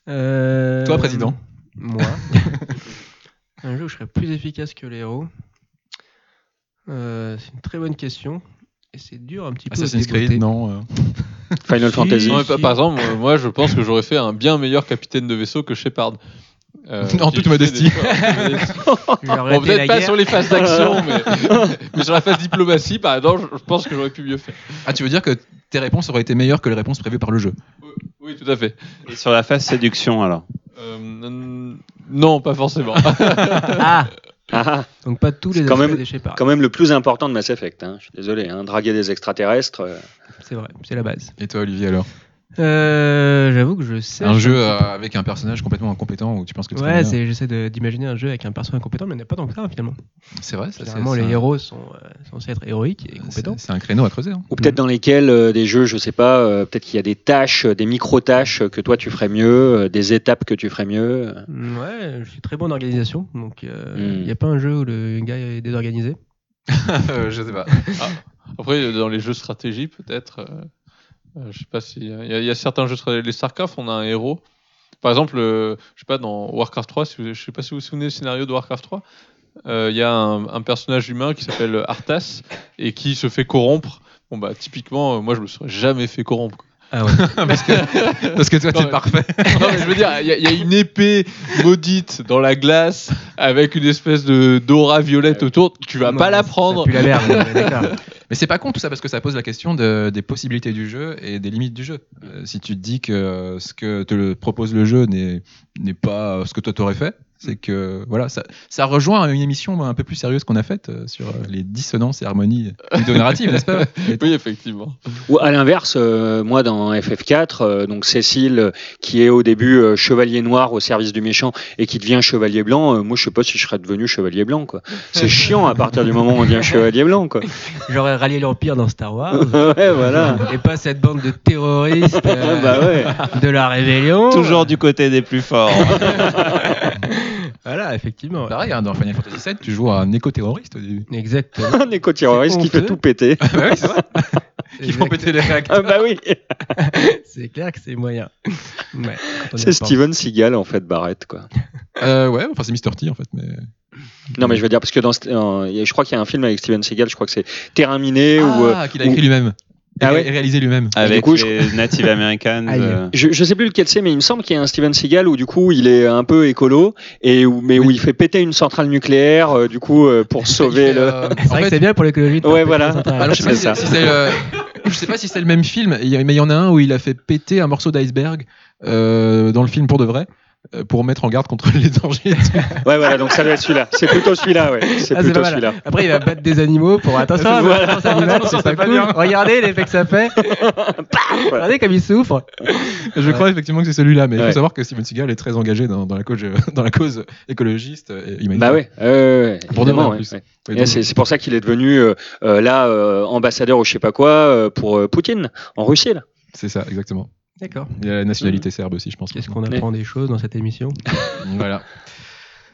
[SPEAKER 4] Euh,
[SPEAKER 1] Toi, président.
[SPEAKER 4] Moi. un jeu où je serais plus efficace que les héros. Euh, c'est une très bonne question. Et c'est dur un petit peu. à
[SPEAKER 1] Assassin's
[SPEAKER 4] déboîter.
[SPEAKER 1] Creed, non. euh.
[SPEAKER 5] Final
[SPEAKER 4] Si.
[SPEAKER 5] Fantasy.
[SPEAKER 3] Non, mais
[SPEAKER 4] Si,
[SPEAKER 3] pa-
[SPEAKER 4] si.
[SPEAKER 3] par exemple, euh, moi je pense que j'aurais fait un bien meilleur capitaine de vaisseau que Shepard. Euh,
[SPEAKER 1] En
[SPEAKER 3] qui
[SPEAKER 1] toute modestie.
[SPEAKER 3] fait des choix.
[SPEAKER 4] J'aurais
[SPEAKER 3] bon,
[SPEAKER 4] arrêté la
[SPEAKER 3] peut-être pas
[SPEAKER 4] guerre.
[SPEAKER 3] sur les phases d'action, mais, mais sur la phase diplomatie, par exemple, je, je pense que j'aurais pu mieux faire.
[SPEAKER 1] Ah, tu veux dire que tes réponses auraient été meilleures que les réponses prévues par le jeu
[SPEAKER 3] Oui, tout à fait.
[SPEAKER 2] Et sur la phase séduction alors.
[SPEAKER 3] Euh, n- non, pas forcément.
[SPEAKER 4] Ah
[SPEAKER 5] Ah, ah,
[SPEAKER 4] Donc pas tous les
[SPEAKER 5] C'est quand
[SPEAKER 4] aspects
[SPEAKER 5] même-
[SPEAKER 4] des Shepard.
[SPEAKER 5] quand même le plus important de Mass Effect. hein. Je suis désolé, hein. draguer des extraterrestres. euh,
[SPEAKER 4] C'est vrai, c'est la base.
[SPEAKER 1] Et toi, Olivier, alors
[SPEAKER 4] Euh, J'avoue que je sais.
[SPEAKER 1] Un jeu euh, avec un personnage complètement incompétent où tu penses que tu serais
[SPEAKER 4] Ouais,
[SPEAKER 1] bien.
[SPEAKER 4] c'est- j'essaie de- d'imaginer un jeu avec un perso incompétent, mais il n'y en a pas tant que ça finalement.
[SPEAKER 1] c'est vrai. ça, c'est-
[SPEAKER 4] Généralement,
[SPEAKER 1] c'est
[SPEAKER 4] les
[SPEAKER 1] un-
[SPEAKER 4] héros sont euh, censés être héroïques et compétents.
[SPEAKER 1] c'est- C'est un créneau à creuser. hein.
[SPEAKER 5] Ou peut-être dans lesquels euh, des jeux, je sais pas, euh, peut-être qu'il y a des tâches, euh, des micro-tâches euh, que toi tu ferais mieux, euh, des étapes que tu ferais mieux. euh.
[SPEAKER 4] Ouais, je suis très bon en organisation, donc il
[SPEAKER 5] Hmm.
[SPEAKER 4] n'y a pas un jeu où le gars est désorganisé.
[SPEAKER 1] Euh, je sais pas.
[SPEAKER 3] Après, dans les jeux stratégie, peut-être. euh, euh, je sais pas si. Il y, a- il y a certains jeux stratégie. Les StarCraft, on a un héros. Par exemple, euh, je sais pas, dans Warcraft 3, si vous- je sais pas si vous vous souvenez du scénario de Warcraft 3, euh, il y a un, un personnage humain qui s'appelle Arthas et qui se fait corrompre. Bon, bah, typiquement, euh, moi, je me serais jamais fait corrompre. quoi.
[SPEAKER 4] Ah ouais.
[SPEAKER 1] parce, que, parce que toi,
[SPEAKER 3] Non,
[SPEAKER 1] t'es
[SPEAKER 3] mais-
[SPEAKER 1] parfait.
[SPEAKER 3] Non, mais je veux dire, il y, a- il y a une épée maudite dans la glace avec une espèce de d'aura violette autour. Tu vas
[SPEAKER 4] Euh, Non,
[SPEAKER 3] pas la
[SPEAKER 4] ça
[SPEAKER 3] prendre.
[SPEAKER 4] pue la merde, mais d'accord.
[SPEAKER 1] Mais c'est pas con tout ça parce que ça pose la question de- des possibilités du jeu et des limites du jeu. Euh, si tu te dis que euh, ce que te le propose le jeu n'est n'est pas euh, ce que toi t'aurais fait, c'est que voilà, ça, ça rejoint une émission un peu plus sérieuse qu'on a faite euh, sur euh, les dissonances et harmonies narratives, n'est-ce pas
[SPEAKER 3] Oui, effectivement.
[SPEAKER 5] Ou à l'inverse, euh, moi dans FF4, euh, donc Cécile euh, qui est au début euh, chevalier noir au service du méchant et qui devient chevalier blanc, euh, moi je sais pas si je serais devenu chevalier blanc quoi. C'est chiant à partir du moment où on devient chevalier blanc quoi.
[SPEAKER 4] J'aurais rallié l'Empire dans Star Wars.
[SPEAKER 5] ouais voilà.
[SPEAKER 4] Et pas cette bande de terroristes euh,
[SPEAKER 5] bah ouais.
[SPEAKER 4] de la rébellion.
[SPEAKER 2] Toujours du côté des plus forts. hein,
[SPEAKER 4] Voilà, effectivement.
[SPEAKER 1] Pareil, hein, dans Final Fantasy VII, tu joues à un éco-terroriste au début.
[SPEAKER 4] Exactement.
[SPEAKER 5] Un éco-terroriste qui fait
[SPEAKER 4] honteux.
[SPEAKER 5] tout péter.
[SPEAKER 1] bah oui, c'est vrai. Ils font
[SPEAKER 4] Exact.
[SPEAKER 1] péter les réacteurs.
[SPEAKER 5] Ah bah oui,
[SPEAKER 4] C'est clair que c'est moyen. Ouais, quand on y
[SPEAKER 5] c'est
[SPEAKER 4] repense.
[SPEAKER 5] Steven Seagal en fait Barrett quoi.
[SPEAKER 1] Euh, ouais, enfin c'est Mister T en fait, mais
[SPEAKER 5] Non
[SPEAKER 1] Mm.
[SPEAKER 5] mais je veux dire parce que dans ce- en- je crois qu'il y a un film avec Steven Seagal, je crois que c'est Terrain miné ou euh,
[SPEAKER 1] ah, qu'il a écrit lui-même.
[SPEAKER 5] Ah
[SPEAKER 1] Et
[SPEAKER 5] ouais
[SPEAKER 1] ré- réalisé lui-même.
[SPEAKER 5] Et du
[SPEAKER 2] Avec
[SPEAKER 5] coup, je-
[SPEAKER 2] les natives américaines.
[SPEAKER 4] Aïe.
[SPEAKER 2] euh,
[SPEAKER 5] Je, je sais plus lequel c'est, mais il me semble qu'il y a un Steven Seagal où du coup il est un peu écolo et où, mais où il fait péter une centrale nucléaire euh, du coup euh, pour sauver
[SPEAKER 1] Il fait,
[SPEAKER 5] le.
[SPEAKER 1] euh,
[SPEAKER 4] C'est
[SPEAKER 1] en
[SPEAKER 4] vrai que
[SPEAKER 1] fait,
[SPEAKER 4] c'est bien pour l'écologie. de
[SPEAKER 5] Ouais,
[SPEAKER 4] faire
[SPEAKER 5] voilà.
[SPEAKER 4] péter les centrales.
[SPEAKER 1] Alors, je sais pas
[SPEAKER 5] Ah, C'est ça.
[SPEAKER 1] si, si c'est le- je sais pas si c'est le même film, il y a- mais il y en a un où il a fait péter un morceau d'iceberg euh, dans le film pour de vrai euh, pour mettre en garde contre les dangers.
[SPEAKER 5] Ouais voilà, donc ça doit être celui-là. C'est plutôt celui-là, ouais. C'est
[SPEAKER 4] Ah, c'est pas
[SPEAKER 5] plutôt
[SPEAKER 4] mal.
[SPEAKER 5] celui-là.
[SPEAKER 4] Après, il va battre des animaux pour attention, mais
[SPEAKER 5] Voilà.
[SPEAKER 4] attention, c'est animal, c'est pas cool. Regardez l'effet que ça fait. Regardez comme il souffre.
[SPEAKER 1] Je crois effectivement que c'est celui-là, mais il
[SPEAKER 5] Ouais.
[SPEAKER 1] faut savoir que Steven Seagal est très engagé dans, dans la, cause, euh, dans la cause écologiste et humanitaire.
[SPEAKER 5] Bah ouais. euh, ouais, ouais,
[SPEAKER 1] Pour de vrai,
[SPEAKER 5] évidemment,
[SPEAKER 1] en
[SPEAKER 5] ouais,
[SPEAKER 1] plus.
[SPEAKER 5] ouais.
[SPEAKER 1] Et
[SPEAKER 5] Et
[SPEAKER 1] donc,
[SPEAKER 5] C'est c'est pour ça qu'il est devenu euh, euh, là euh, ambassadeur ou je sais pas quoi euh, pour euh, Poutine en Russie là.
[SPEAKER 1] c'est ça, exactement.
[SPEAKER 4] D'accord.
[SPEAKER 1] Il a la nationalité
[SPEAKER 5] Mmh.
[SPEAKER 1] serbe aussi, je pense.
[SPEAKER 4] Qu'est-ce qu'on apprend des choses dans cette émission
[SPEAKER 1] Voilà.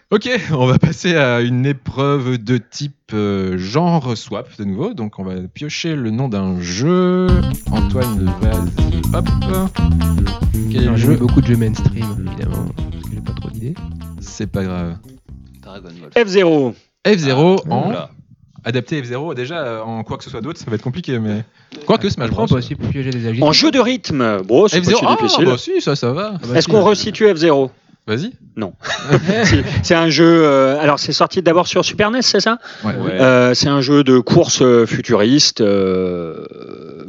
[SPEAKER 1] Ok, on va passer à une épreuve de type euh, genre swap de nouveau. Donc on va piocher le nom d'un jeu. Antoine, vas-y, hop. Quel est
[SPEAKER 4] Alors,
[SPEAKER 1] le
[SPEAKER 4] J'ai vu
[SPEAKER 1] jeu
[SPEAKER 4] beaucoup de jeux mainstream, évidemment, parce que j'ai pas trop d'idées.
[SPEAKER 1] C'est pas grave.
[SPEAKER 2] Dragon Ball.
[SPEAKER 5] F0.
[SPEAKER 4] Ah,
[SPEAKER 1] F0 en
[SPEAKER 2] Voilà.
[SPEAKER 1] adapté F0 déjà euh, en quoi que ce soit d'autre, ça va être compliqué mais quoi que Smash
[SPEAKER 4] Je
[SPEAKER 1] Bros.
[SPEAKER 4] prends aussi pour piocher des agis.
[SPEAKER 5] En jeu de rythme. Bon, c'est pas
[SPEAKER 1] F0
[SPEAKER 5] si
[SPEAKER 1] ah
[SPEAKER 5] difficile.
[SPEAKER 1] bah si bah, ça ça
[SPEAKER 4] Ah,
[SPEAKER 1] va.
[SPEAKER 5] Est-ce qu'on resitue F0
[SPEAKER 1] Vas-y.
[SPEAKER 5] C'est- C'est un jeu. euh, alors c'est sorti d'abord sur Super NES, c'est ça
[SPEAKER 1] Ouais.
[SPEAKER 2] Ouais.
[SPEAKER 5] Euh, c'est un jeu de course euh, futuriste, euh,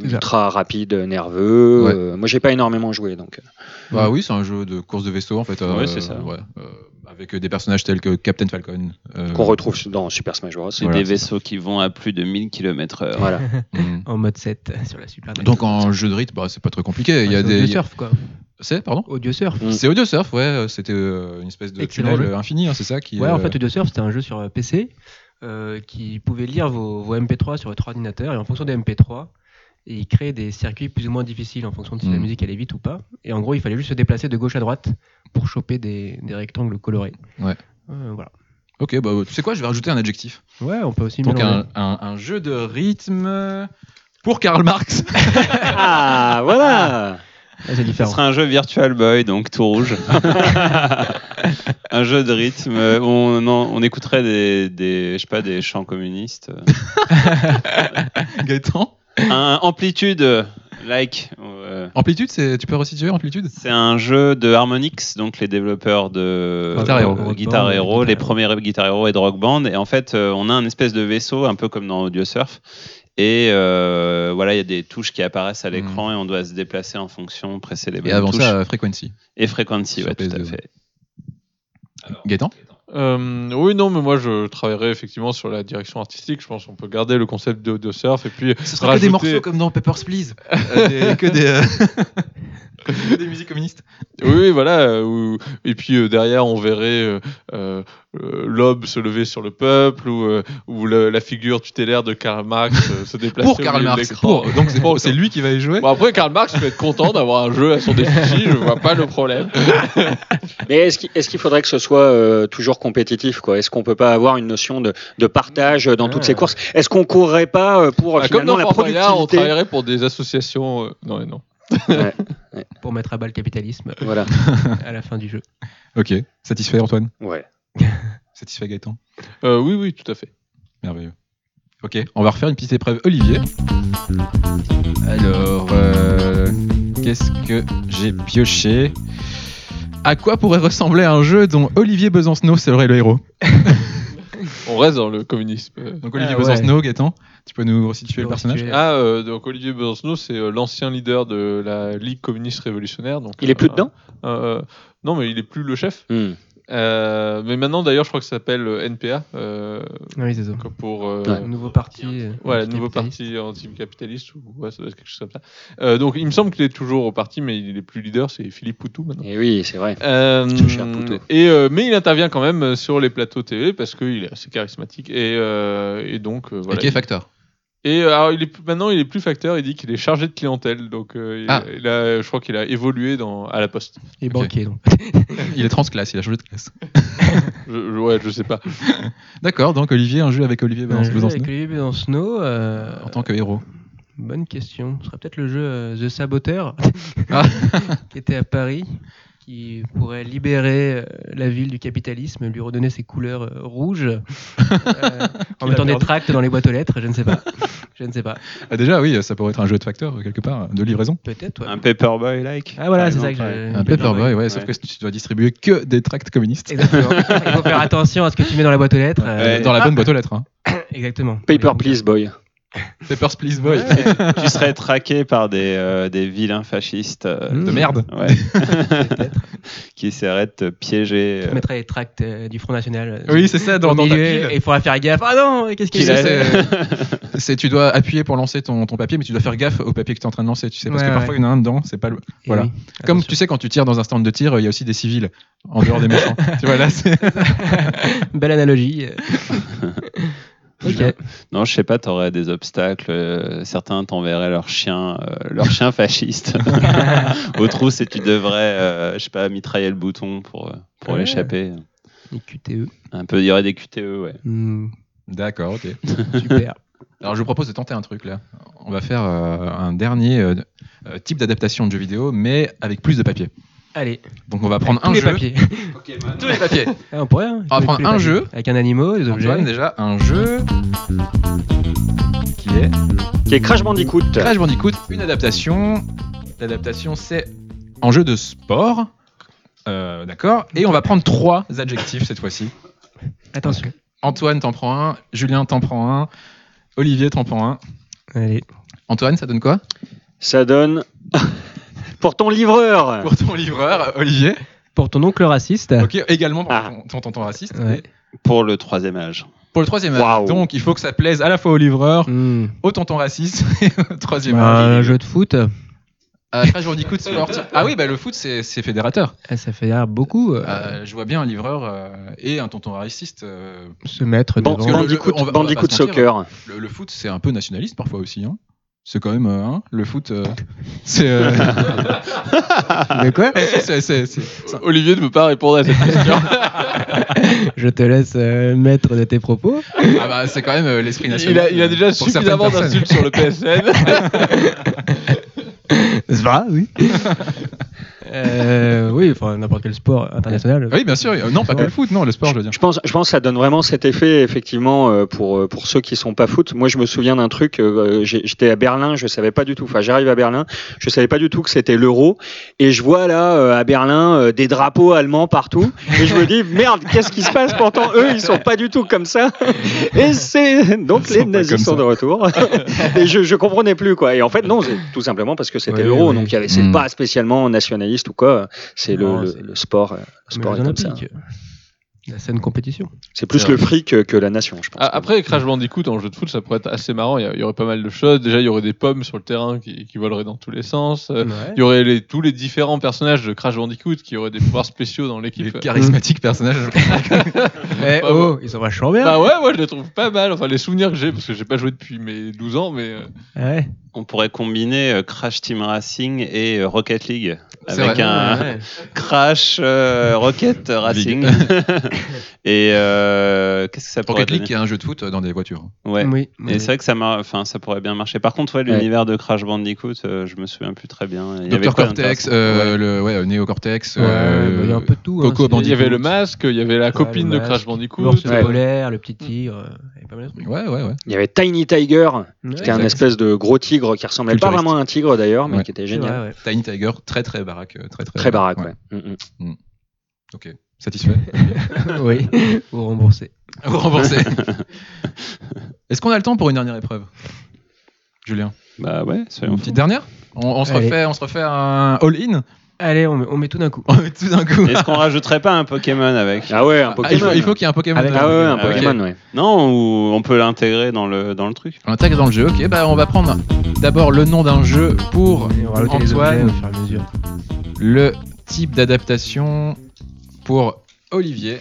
[SPEAKER 4] C'est ça.
[SPEAKER 5] ultra rapide, nerveux.
[SPEAKER 1] Ouais.
[SPEAKER 5] Euh, moi, j'ai pas énormément joué, donc.
[SPEAKER 1] Bah oui, c'est un jeu de course de vaisseau en fait. euh,
[SPEAKER 2] Ouais, c'est ça.
[SPEAKER 1] ouais, euh, avec des personnages tels que Captain Falcon. euh,
[SPEAKER 5] Qu'on retrouve dans Super Smash Bros. Euh,
[SPEAKER 2] C'est
[SPEAKER 1] Voilà,
[SPEAKER 2] des
[SPEAKER 1] c'est
[SPEAKER 2] vaisseaux qui vont à plus de 1000 km/h.
[SPEAKER 5] Voilà.
[SPEAKER 1] hmm.
[SPEAKER 4] En mode 7 sur la Super Nintendo.
[SPEAKER 1] Donc en jeu de rythme, bah, c'est pas très compliqué. Il y a
[SPEAKER 4] C'est Audio
[SPEAKER 1] des.
[SPEAKER 4] surf, quoi.
[SPEAKER 1] C'est pardon.
[SPEAKER 4] Audio surf.
[SPEAKER 5] Mm.
[SPEAKER 1] C'est Audio Surf, ouais. euh, C'était euh, une espèce de
[SPEAKER 4] Excellent
[SPEAKER 1] tunnel
[SPEAKER 4] jeu.
[SPEAKER 1] euh, infini, hein, c'est ça qui.
[SPEAKER 4] Ouais,
[SPEAKER 1] euh,
[SPEAKER 4] en fait, Audio Surf, c'était un jeu sur euh, PC euh, qui pouvait lire vos, vos MP3 sur votre ordinateur et en fonction des MP3, il créait des circuits plus ou moins difficiles en fonction de si la
[SPEAKER 1] Mhm.
[SPEAKER 4] musique allait vite ou pas. Et en gros, il fallait juste se déplacer de gauche à droite pour choper des, des rectangles colorés.
[SPEAKER 1] Ouais.
[SPEAKER 4] Euh, voilà.
[SPEAKER 1] Ok, bah tu sais quoi, je vais rajouter un adjectif.
[SPEAKER 4] Ouais, on peut aussi
[SPEAKER 1] Donc
[SPEAKER 4] mélanger.
[SPEAKER 1] un, un- un jeu de rythme pour Karl Marx.
[SPEAKER 5] Ah,
[SPEAKER 4] Ah,
[SPEAKER 5] voilà.
[SPEAKER 4] c'est
[SPEAKER 2] Ce
[SPEAKER 4] différent.
[SPEAKER 2] sera un jeu Virtual Boy, donc tout rouge. un jeu de rythme. euh, où On, en- on écouterait des, des, je sais pas, des chants communistes.
[SPEAKER 1] Gaëtan.
[SPEAKER 2] Un amplitude, euh, like. euh,
[SPEAKER 1] Amplitude, c'est tu peux resituer Amplitude.
[SPEAKER 2] C'est un jeu de Harmonix, donc les développeurs de
[SPEAKER 1] Guitar Hero.
[SPEAKER 2] euh,
[SPEAKER 4] Rock
[SPEAKER 2] Guitar
[SPEAKER 4] Band,
[SPEAKER 2] Hero,
[SPEAKER 4] Guitar
[SPEAKER 2] les
[SPEAKER 4] Hero.
[SPEAKER 2] premiers Guitar Hero et de Rock Band. Et en fait, euh, on a un espèce de vaisseau, un peu comme dans Audio Surf. Et euh, voilà, il y a des touches qui apparaissent à l'écran et on doit se déplacer en fonction, presser
[SPEAKER 1] Mm.
[SPEAKER 2] les
[SPEAKER 1] Et
[SPEAKER 2] bonnes
[SPEAKER 1] avant
[SPEAKER 2] touches.
[SPEAKER 1] ça, euh, Frequency.
[SPEAKER 2] et Frequency,
[SPEAKER 1] sur
[SPEAKER 2] ouais, tout à
[SPEAKER 1] PS2.
[SPEAKER 2] fait.
[SPEAKER 1] Gaëtan.
[SPEAKER 3] Euh, oui, non, mais moi je travaillerai effectivement sur la direction artistique. Je pense qu'on peut garder le concept de, de surf et puis
[SPEAKER 1] Ce
[SPEAKER 3] sera que des Rajouter- morceaux
[SPEAKER 1] comme dans Peppers Please. que Euh, des. musiques communistes.
[SPEAKER 3] Oui, oui, voilà. euh, ou- Et puis euh, derrière, on verrait euh, euh, euh, l'aube se lever sur le peuple ou, euh, ou le- la figure tutélaire de Karl Marx euh, se déplacer.
[SPEAKER 1] Pour
[SPEAKER 3] au
[SPEAKER 1] Karl
[SPEAKER 3] milieu de
[SPEAKER 1] Marx.
[SPEAKER 3] l'écran.
[SPEAKER 1] Pour. Donc c'est-
[SPEAKER 3] Pour-
[SPEAKER 1] c'est lui qui va y jouer.
[SPEAKER 3] Bon, après, Karl Marx peut être content d'avoir un jeu à son défi. Je vois pas le problème.
[SPEAKER 5] Mais est-ce qu'il est-ce qu'il faudrait que ce soit euh, toujours compétitif, quoi Est-ce qu'on peut pas avoir une notion de, de partage euh, dans toutes
[SPEAKER 4] Ah.
[SPEAKER 5] ces courses Est-ce qu'on courrait pas euh, pour euh,
[SPEAKER 3] Ah, comme
[SPEAKER 5] finalement
[SPEAKER 3] dans
[SPEAKER 5] la
[SPEAKER 3] Fort Boyard, on
[SPEAKER 5] productivité
[SPEAKER 3] travaillerait pour des associations. euh, Non, mais non.
[SPEAKER 4] Pour mettre à bas le capitalisme
[SPEAKER 5] Voilà.
[SPEAKER 4] à la fin du jeu.
[SPEAKER 1] Ok. Satisfait Antoine.
[SPEAKER 5] Ouais.
[SPEAKER 1] Satisfait Gaëtan.
[SPEAKER 3] Euh, oui, oui, tout à fait.
[SPEAKER 1] Merveilleux. Ok, on va refaire une petite épreuve Olivier. Alors, euh, Qu'est-ce que j'ai pioché À quoi pourrait ressembler un jeu dont Olivier Besancenot serait le héros
[SPEAKER 3] On reste dans le communisme. euh.
[SPEAKER 1] Donc Olivier
[SPEAKER 4] Ah, ouais.
[SPEAKER 1] Besancenot, Gaëtan, tu peux nous resituer le
[SPEAKER 4] Bon, si
[SPEAKER 1] personnage
[SPEAKER 4] tu es-
[SPEAKER 3] Ah, euh, donc Olivier Besancenot, c'est euh, l'ancien leader de la Ligue communiste révolutionnaire. Donc,
[SPEAKER 5] Il est plus
[SPEAKER 3] euh,
[SPEAKER 5] dedans
[SPEAKER 3] euh, euh, Non, mais il est plus le chef.
[SPEAKER 5] Hmm.
[SPEAKER 3] Euh, mais maintenant, d'ailleurs, je crois que ça s'appelle euh, NPA. euh,
[SPEAKER 4] Oui, c'est ça.
[SPEAKER 3] comme pour. euh,
[SPEAKER 5] Ouais.
[SPEAKER 4] Nouveau parti. euh,
[SPEAKER 3] Voilà,
[SPEAKER 4] anticapitaliste.
[SPEAKER 3] nouveau parti anticapitaliste, ou ouais, ça doit être quelque chose comme ça. Euh, donc, il me semble qu'il est toujours au parti, mais il est plus leader, c'est Philippe Poutou maintenant.
[SPEAKER 5] Et Eh oui, c'est vrai.
[SPEAKER 3] Euh,
[SPEAKER 5] Ce cher Poutou.
[SPEAKER 3] et euh, mais il intervient quand même euh, sur les plateaux télé parce qu'il est assez charismatique et, euh, et donc euh,
[SPEAKER 1] Et
[SPEAKER 3] voilà.
[SPEAKER 1] qui est facteur
[SPEAKER 3] Et euh, alors, il est plus- maintenant il est plus facteur, il dit qu'il est chargé de clientèle, donc euh, il-
[SPEAKER 1] Ah.
[SPEAKER 3] il a- je crois qu'il a évolué dans, à la poste.
[SPEAKER 4] Et
[SPEAKER 1] Ok.
[SPEAKER 4] banquier, donc.
[SPEAKER 1] Il est transclasse, il a changé de classe.
[SPEAKER 3] Je, je- ouais, je sais pas.
[SPEAKER 1] D'accord, donc Olivier, un jeu avec Olivier
[SPEAKER 4] Un jeu
[SPEAKER 1] Besancenot
[SPEAKER 4] avec Olivier Besancenot, euh,
[SPEAKER 1] en tant que héros.
[SPEAKER 4] bonne question. Ce serait peut-être le jeu euh, The Saboteur,
[SPEAKER 1] Ah.
[SPEAKER 4] qui était à Paris, qui pourrait libérer euh, la ville du capitalisme, lui redonner ses couleurs euh, rouges, euh, en
[SPEAKER 3] a
[SPEAKER 4] mettant des
[SPEAKER 3] perdu.
[SPEAKER 4] tracts dans les boîtes aux lettres, je ne sais pas. Je ne sais pas.
[SPEAKER 1] Ah, déjà, oui, ça pourrait être un jeu de facteur, quelque part, de livraison.
[SPEAKER 4] Peut-être, ouais.
[SPEAKER 2] Un Paperboy-like.
[SPEAKER 4] Ah voilà,
[SPEAKER 2] par
[SPEAKER 4] c'est ça que
[SPEAKER 2] exemple, ouais.
[SPEAKER 4] je...
[SPEAKER 1] Un Paperboy, ouais,
[SPEAKER 2] ouais.
[SPEAKER 1] sauf que tu dois distribuer que des tracts communistes.
[SPEAKER 4] Exactement. Il faut faire attention à ce que tu mets dans la boîte aux lettres.
[SPEAKER 1] Euh,
[SPEAKER 4] euh,
[SPEAKER 1] Dans la bonne boîte aux lettres. hein.
[SPEAKER 4] Exactement.
[SPEAKER 5] Paper Please Boy.
[SPEAKER 1] Papers, please, boy.
[SPEAKER 2] Tu serais traqué par des, euh, des vilains fascistes euh,
[SPEAKER 4] Mmh.
[SPEAKER 1] De merde.
[SPEAKER 2] ouais,
[SPEAKER 4] Peut-être.
[SPEAKER 2] qui essaieraient de te piéger.
[SPEAKER 4] Je
[SPEAKER 2] euh,
[SPEAKER 4] mettrai les tracts euh, du Front National. euh,
[SPEAKER 1] Oui, c'est ça, dans,
[SPEAKER 4] au
[SPEAKER 1] dans ta
[SPEAKER 4] milieu,
[SPEAKER 1] pile.
[SPEAKER 4] et il faudra faire gaffe. Ah non, qu'est-ce qu'il
[SPEAKER 1] Qui
[SPEAKER 4] y a
[SPEAKER 1] c'est, c'est- c'est- tu dois appuyer pour lancer ton, ton papier, mais tu dois faire gaffe au papier que tu es en train de lancer, tu sais, parce
[SPEAKER 4] Ouais,
[SPEAKER 1] que parfois
[SPEAKER 4] ouais.
[SPEAKER 1] il
[SPEAKER 4] Ah,
[SPEAKER 1] y en a un dedans, c'est pas le.
[SPEAKER 4] Et
[SPEAKER 1] Voilà.
[SPEAKER 4] Eh oui,
[SPEAKER 1] Comme
[SPEAKER 4] attention.
[SPEAKER 1] tu sais, quand tu tires dans un stand de tir, il y a aussi des civils en dehors des méchants. tu vois, là, c'est.
[SPEAKER 4] Belle analogie. euh. ok.
[SPEAKER 2] Non, je sais pas, t'aurais des obstacles. euh, certains t'enverraient leur chien, euh, leur chien fasciste aux trousses et tu devrais, euh, je sais pas, mitrailler le bouton pour, euh, pour
[SPEAKER 4] Ouais.
[SPEAKER 2] l'échapper.
[SPEAKER 4] Les QTE.
[SPEAKER 2] Un peu, il y aurait des QTE, ouais.
[SPEAKER 4] euh. Hmm,
[SPEAKER 1] D'accord, ok.
[SPEAKER 4] super.
[SPEAKER 1] Alors je vous propose de tenter un truc là. On va faire euh, un dernier euh, euh, type d'adaptation de jeu vidéo, mais avec plus de papier.
[SPEAKER 4] Allez,
[SPEAKER 1] Donc on va prendre
[SPEAKER 4] tous
[SPEAKER 1] un
[SPEAKER 4] les
[SPEAKER 1] jeu.
[SPEAKER 4] papiers.
[SPEAKER 1] Tous les papiers.
[SPEAKER 4] Ah, on pourrait. hein,
[SPEAKER 1] On va
[SPEAKER 4] tous les
[SPEAKER 1] prendre un
[SPEAKER 4] papiers.
[SPEAKER 1] jeu.
[SPEAKER 4] Avec un animal, des objets.
[SPEAKER 1] Antoine, déjà, un jeu qui est
[SPEAKER 5] Qui est Crash Bandicoot.
[SPEAKER 1] Crash Bandicoot, une adaptation. L'adaptation, c'est en jeu de sport. Euh, D'accord Et on va prendre trois adjectifs cette fois-ci.
[SPEAKER 4] Attention.
[SPEAKER 1] Antoine t'en prend un, Julien t'en prend un, Olivier t'en prend un.
[SPEAKER 4] Allez.
[SPEAKER 1] Antoine, ça donne quoi
[SPEAKER 5] Ça donne. Pour ton
[SPEAKER 4] Ah.
[SPEAKER 5] livreur
[SPEAKER 1] Pour ton livreur, Olivier.
[SPEAKER 4] Pour ton oncle raciste.
[SPEAKER 1] Ok, également pour
[SPEAKER 5] Ah.
[SPEAKER 1] ton- ton tonton raciste.
[SPEAKER 4] Ouais.
[SPEAKER 2] Pour le troisième âge.
[SPEAKER 1] Pour le troisième âge.
[SPEAKER 5] Waouh.
[SPEAKER 1] Donc, il faut que ça plaise à la fois au livreur,
[SPEAKER 4] Hmm.
[SPEAKER 1] au tonton raciste et au troisième
[SPEAKER 3] Bah,
[SPEAKER 1] âge.
[SPEAKER 4] Un jeu de foot.
[SPEAKER 1] Euh, Crash Bandicoot Sport. Ah oui, bah, le foot, c'est c'est fédérateur.
[SPEAKER 4] Ah, Ça fait rire beaucoup euh,
[SPEAKER 1] Euh, je vois bien un livreur euh, et un tonton raciste. euh,
[SPEAKER 4] se mettre
[SPEAKER 5] Ban-
[SPEAKER 4] devant.
[SPEAKER 1] que le-
[SPEAKER 5] Bandicoot,
[SPEAKER 1] le- on va- on va
[SPEAKER 5] Bandicoot
[SPEAKER 1] pas se mentir. hein.
[SPEAKER 5] Soccer.
[SPEAKER 1] le, le foot, c'est un peu nationaliste parfois aussi. Hein. C'est quand même. euh, hein, le foot, euh, c'est. euh,
[SPEAKER 4] De quoi
[SPEAKER 1] c'est- c'est- c'est-
[SPEAKER 3] Olivier ne peut pas répondre à cette question.
[SPEAKER 4] Je te laisse euh, maître de tes propos.
[SPEAKER 1] ah bah, c'est quand même euh, l'esprit national.
[SPEAKER 3] il, a, il a déjà
[SPEAKER 1] pour certaines
[SPEAKER 3] suffisamment
[SPEAKER 1] personnes.
[SPEAKER 3] d'insultes sur le PSN.
[SPEAKER 4] C'est vrai, oui. Euh, oui, enfin n'importe quel sport international.
[SPEAKER 1] Oui, bien sûr. euh, Non, pas que le foot, non, le sport, je veux dire.
[SPEAKER 5] Je pense, je pense que ça donne vraiment cet effet, effectivement, euh, pour, euh, pour ceux qui sont pas foot. Moi, je me souviens d'un truc, euh, j'ai- j'étais à Berlin, je savais pas du tout, enfin, j'arrive à Berlin, je savais pas du tout que c'était l'euro, et je vois là, euh, à Berlin, euh, des drapeaux allemands partout, et je me dis, merde, qu'est-ce qui se passe Pourtant, eux, ils sont pas du tout comme ça. Et c'est, donc,
[SPEAKER 1] Ils sont
[SPEAKER 5] les
[SPEAKER 1] pas
[SPEAKER 5] nazis
[SPEAKER 1] comme
[SPEAKER 5] sont
[SPEAKER 1] ça.
[SPEAKER 5] de retour. et je, je comprenais plus, quoi. Et en fait, non, c'est tout simplement parce que c'était
[SPEAKER 4] Oui,
[SPEAKER 5] l'euro,
[SPEAKER 4] oui.
[SPEAKER 5] donc il y avait, c'est
[SPEAKER 1] Mm.
[SPEAKER 5] pas spécialement nationaliste ou quoi, c'est le,
[SPEAKER 4] Non,
[SPEAKER 5] le-
[SPEAKER 4] c'est-
[SPEAKER 5] le sport, euh, le
[SPEAKER 4] Mais
[SPEAKER 5] sport est
[SPEAKER 4] les
[SPEAKER 5] comme ça.
[SPEAKER 4] Olympiques, La saine compétition.
[SPEAKER 5] C'est plus
[SPEAKER 1] C'est
[SPEAKER 5] le fric que, que la nation, je pense.
[SPEAKER 3] Ah, Après, Crash Bandicoot en jeu de foot, ça pourrait être assez marrant. Il y a- il y, aurait pas mal de choses. Déjà, il y aurait des pommes sur le terrain qui, qui voleraient dans tous les sens. Euh,
[SPEAKER 4] Ouais.
[SPEAKER 3] Il y aurait les- tous les différents personnages de Crash Bandicoot qui auraient des pouvoirs spéciaux dans
[SPEAKER 1] Les
[SPEAKER 3] l'équipe.
[SPEAKER 1] charismatiques personnages.
[SPEAKER 4] Eh oh, ils sont vachement bien.
[SPEAKER 3] Bah ouais, moi je les trouve pas mal. Enfin, les souvenirs que j'ai, parce que j'ai pas joué depuis mes 12 ans, mais euh,
[SPEAKER 4] Ouais.
[SPEAKER 2] On pourrait combiner euh, Crash Team Racing et euh, Rocket League.
[SPEAKER 1] C'est
[SPEAKER 2] Avec
[SPEAKER 1] vrai.
[SPEAKER 2] un
[SPEAKER 4] Ouais, ouais.
[SPEAKER 2] Crash euh, Rocket Racing. Et euh, qu'est-ce que ça pourrait
[SPEAKER 1] Rocket League
[SPEAKER 2] donner
[SPEAKER 1] qui est un jeu de foot euh, dans des voitures.
[SPEAKER 2] Ouais.
[SPEAKER 4] Oui,
[SPEAKER 2] Et
[SPEAKER 4] oui.
[SPEAKER 2] c'est vrai que ça, mar- enfin, ça pourrait bien marcher. Par contre, ouais, l'univers de Crash Bandicoot, euh, je me souviens plus très bien. Il y avait
[SPEAKER 1] Docteur
[SPEAKER 2] quoi
[SPEAKER 1] Cortex,
[SPEAKER 2] d'intéressant
[SPEAKER 1] euh, le ouais, Neo Cortex.
[SPEAKER 4] Ouais,
[SPEAKER 1] euh,
[SPEAKER 4] bah, il y a un peu de tout.
[SPEAKER 1] Coco
[SPEAKER 4] hein, c'est-
[SPEAKER 1] Bandicoot.
[SPEAKER 3] Il y avait le masque, il y avait la copine
[SPEAKER 4] le
[SPEAKER 3] de
[SPEAKER 4] masque,
[SPEAKER 3] Crash
[SPEAKER 4] Le
[SPEAKER 3] Bandicoot. euh,
[SPEAKER 4] morceau
[SPEAKER 5] ouais.
[SPEAKER 4] polaire, le petit tigre, euh, il y avait pas mal de trucs.
[SPEAKER 1] Ouais, ouais, ouais.
[SPEAKER 5] Il y avait Tiny Tiger, qui était
[SPEAKER 1] exact.
[SPEAKER 5] un espèce de gros tigre qui ressemblait pas
[SPEAKER 1] Culturiste.
[SPEAKER 5] vraiment à un tigre d'ailleurs, mais
[SPEAKER 1] Ouais.
[SPEAKER 5] qui était
[SPEAKER 4] C'est vrai,
[SPEAKER 5] génial.
[SPEAKER 4] ouais.
[SPEAKER 1] Tiny Tiger, très très baraque. euh, Très, très,
[SPEAKER 5] Très baraque, ouais. Mm, mm.
[SPEAKER 1] Ok. Satisfait
[SPEAKER 4] oui, ou remboursé.
[SPEAKER 1] Vous remboursez. Est-ce qu'on a le temps pour une dernière épreuve Julien
[SPEAKER 2] Bah ouais, soyons
[SPEAKER 1] Une petite dernière on, on se
[SPEAKER 4] Allez.
[SPEAKER 1] refait, on se refait un all-in
[SPEAKER 4] Allez, on met, on met tout d'un coup.
[SPEAKER 1] On met tout d'un coup.
[SPEAKER 2] Est-ce qu'on rajouterait pas un Pokémon avec
[SPEAKER 5] Ah ouais,
[SPEAKER 1] Ah,
[SPEAKER 5] un
[SPEAKER 1] il
[SPEAKER 5] Pokémon.
[SPEAKER 1] faut, il faut qu'il y ait un Pokémon.
[SPEAKER 4] Avec-
[SPEAKER 1] dedans.
[SPEAKER 5] Ah ouais, un
[SPEAKER 2] Ah ouais.
[SPEAKER 5] Pokémon, ouais.
[SPEAKER 2] Non, ou on peut l'intégrer dans le, dans le truc
[SPEAKER 1] On attaque dans le jeu. Ok, bah on va prendre d'abord le nom d'un jeu pour
[SPEAKER 4] Et on va rajouter les objets
[SPEAKER 1] Antoine,
[SPEAKER 4] au fur et à mesure.
[SPEAKER 1] le type d'adaptation pour Olivier.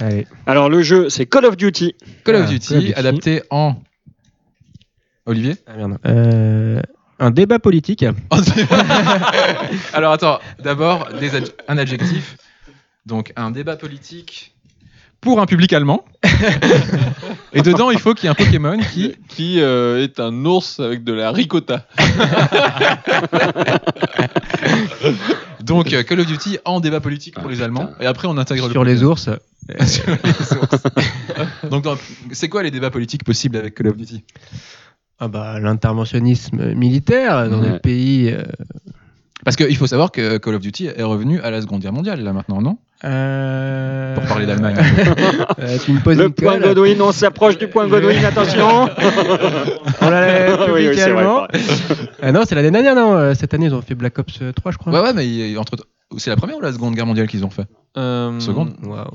[SPEAKER 4] Allez.
[SPEAKER 5] Alors le jeu, c'est Call of Duty.
[SPEAKER 1] Call of
[SPEAKER 4] Ah,
[SPEAKER 1] Duty,
[SPEAKER 4] Call of Duty.
[SPEAKER 1] adapté en. Olivier
[SPEAKER 4] Ah merde. Euh, un débat politique.
[SPEAKER 1] Alors attends, d'abord des ad- un adjectif. Donc un débat politique pour un public allemand. Et dedans, il faut qu'il y ait un Pokémon qui.
[SPEAKER 3] Qui euh, est un ours avec de la ricotta.
[SPEAKER 1] Donc euh, Call of Duty en débat politique pour les Allemands. Et après, on intègre le
[SPEAKER 4] Ah, Sur les ours.
[SPEAKER 1] Sur les ours. Donc, dans- c'est quoi les débats politiques possibles avec Call of Duty
[SPEAKER 4] Ah bah, l'interventionnisme militaire dans
[SPEAKER 5] Ouais.
[SPEAKER 4] des pays. euh,
[SPEAKER 1] Parce qu'il faut savoir que Call of Duty est revenu à la Seconde Guerre mondiale, là maintenant, non
[SPEAKER 4] euh,
[SPEAKER 1] Pour parler d'Allemagne.
[SPEAKER 4] Euh, tu me poses
[SPEAKER 5] Le
[SPEAKER 4] une
[SPEAKER 5] point
[SPEAKER 4] colle.
[SPEAKER 5] Godwin, on s'approche du point Godwin, attention.
[SPEAKER 4] On l'a
[SPEAKER 5] Oui, oui,
[SPEAKER 4] publié
[SPEAKER 5] c'est vrai,
[SPEAKER 4] allemand. Ah non, c'est l'année dernière, non euh, Cette année, ils ont fait Black Ops 3, je crois.
[SPEAKER 1] Ouais, ouais, mais il- entre. C'est la première ou la Seconde Guerre mondiale qu'ils ont fait
[SPEAKER 3] Euh,
[SPEAKER 1] Seconde.
[SPEAKER 4] Waouh.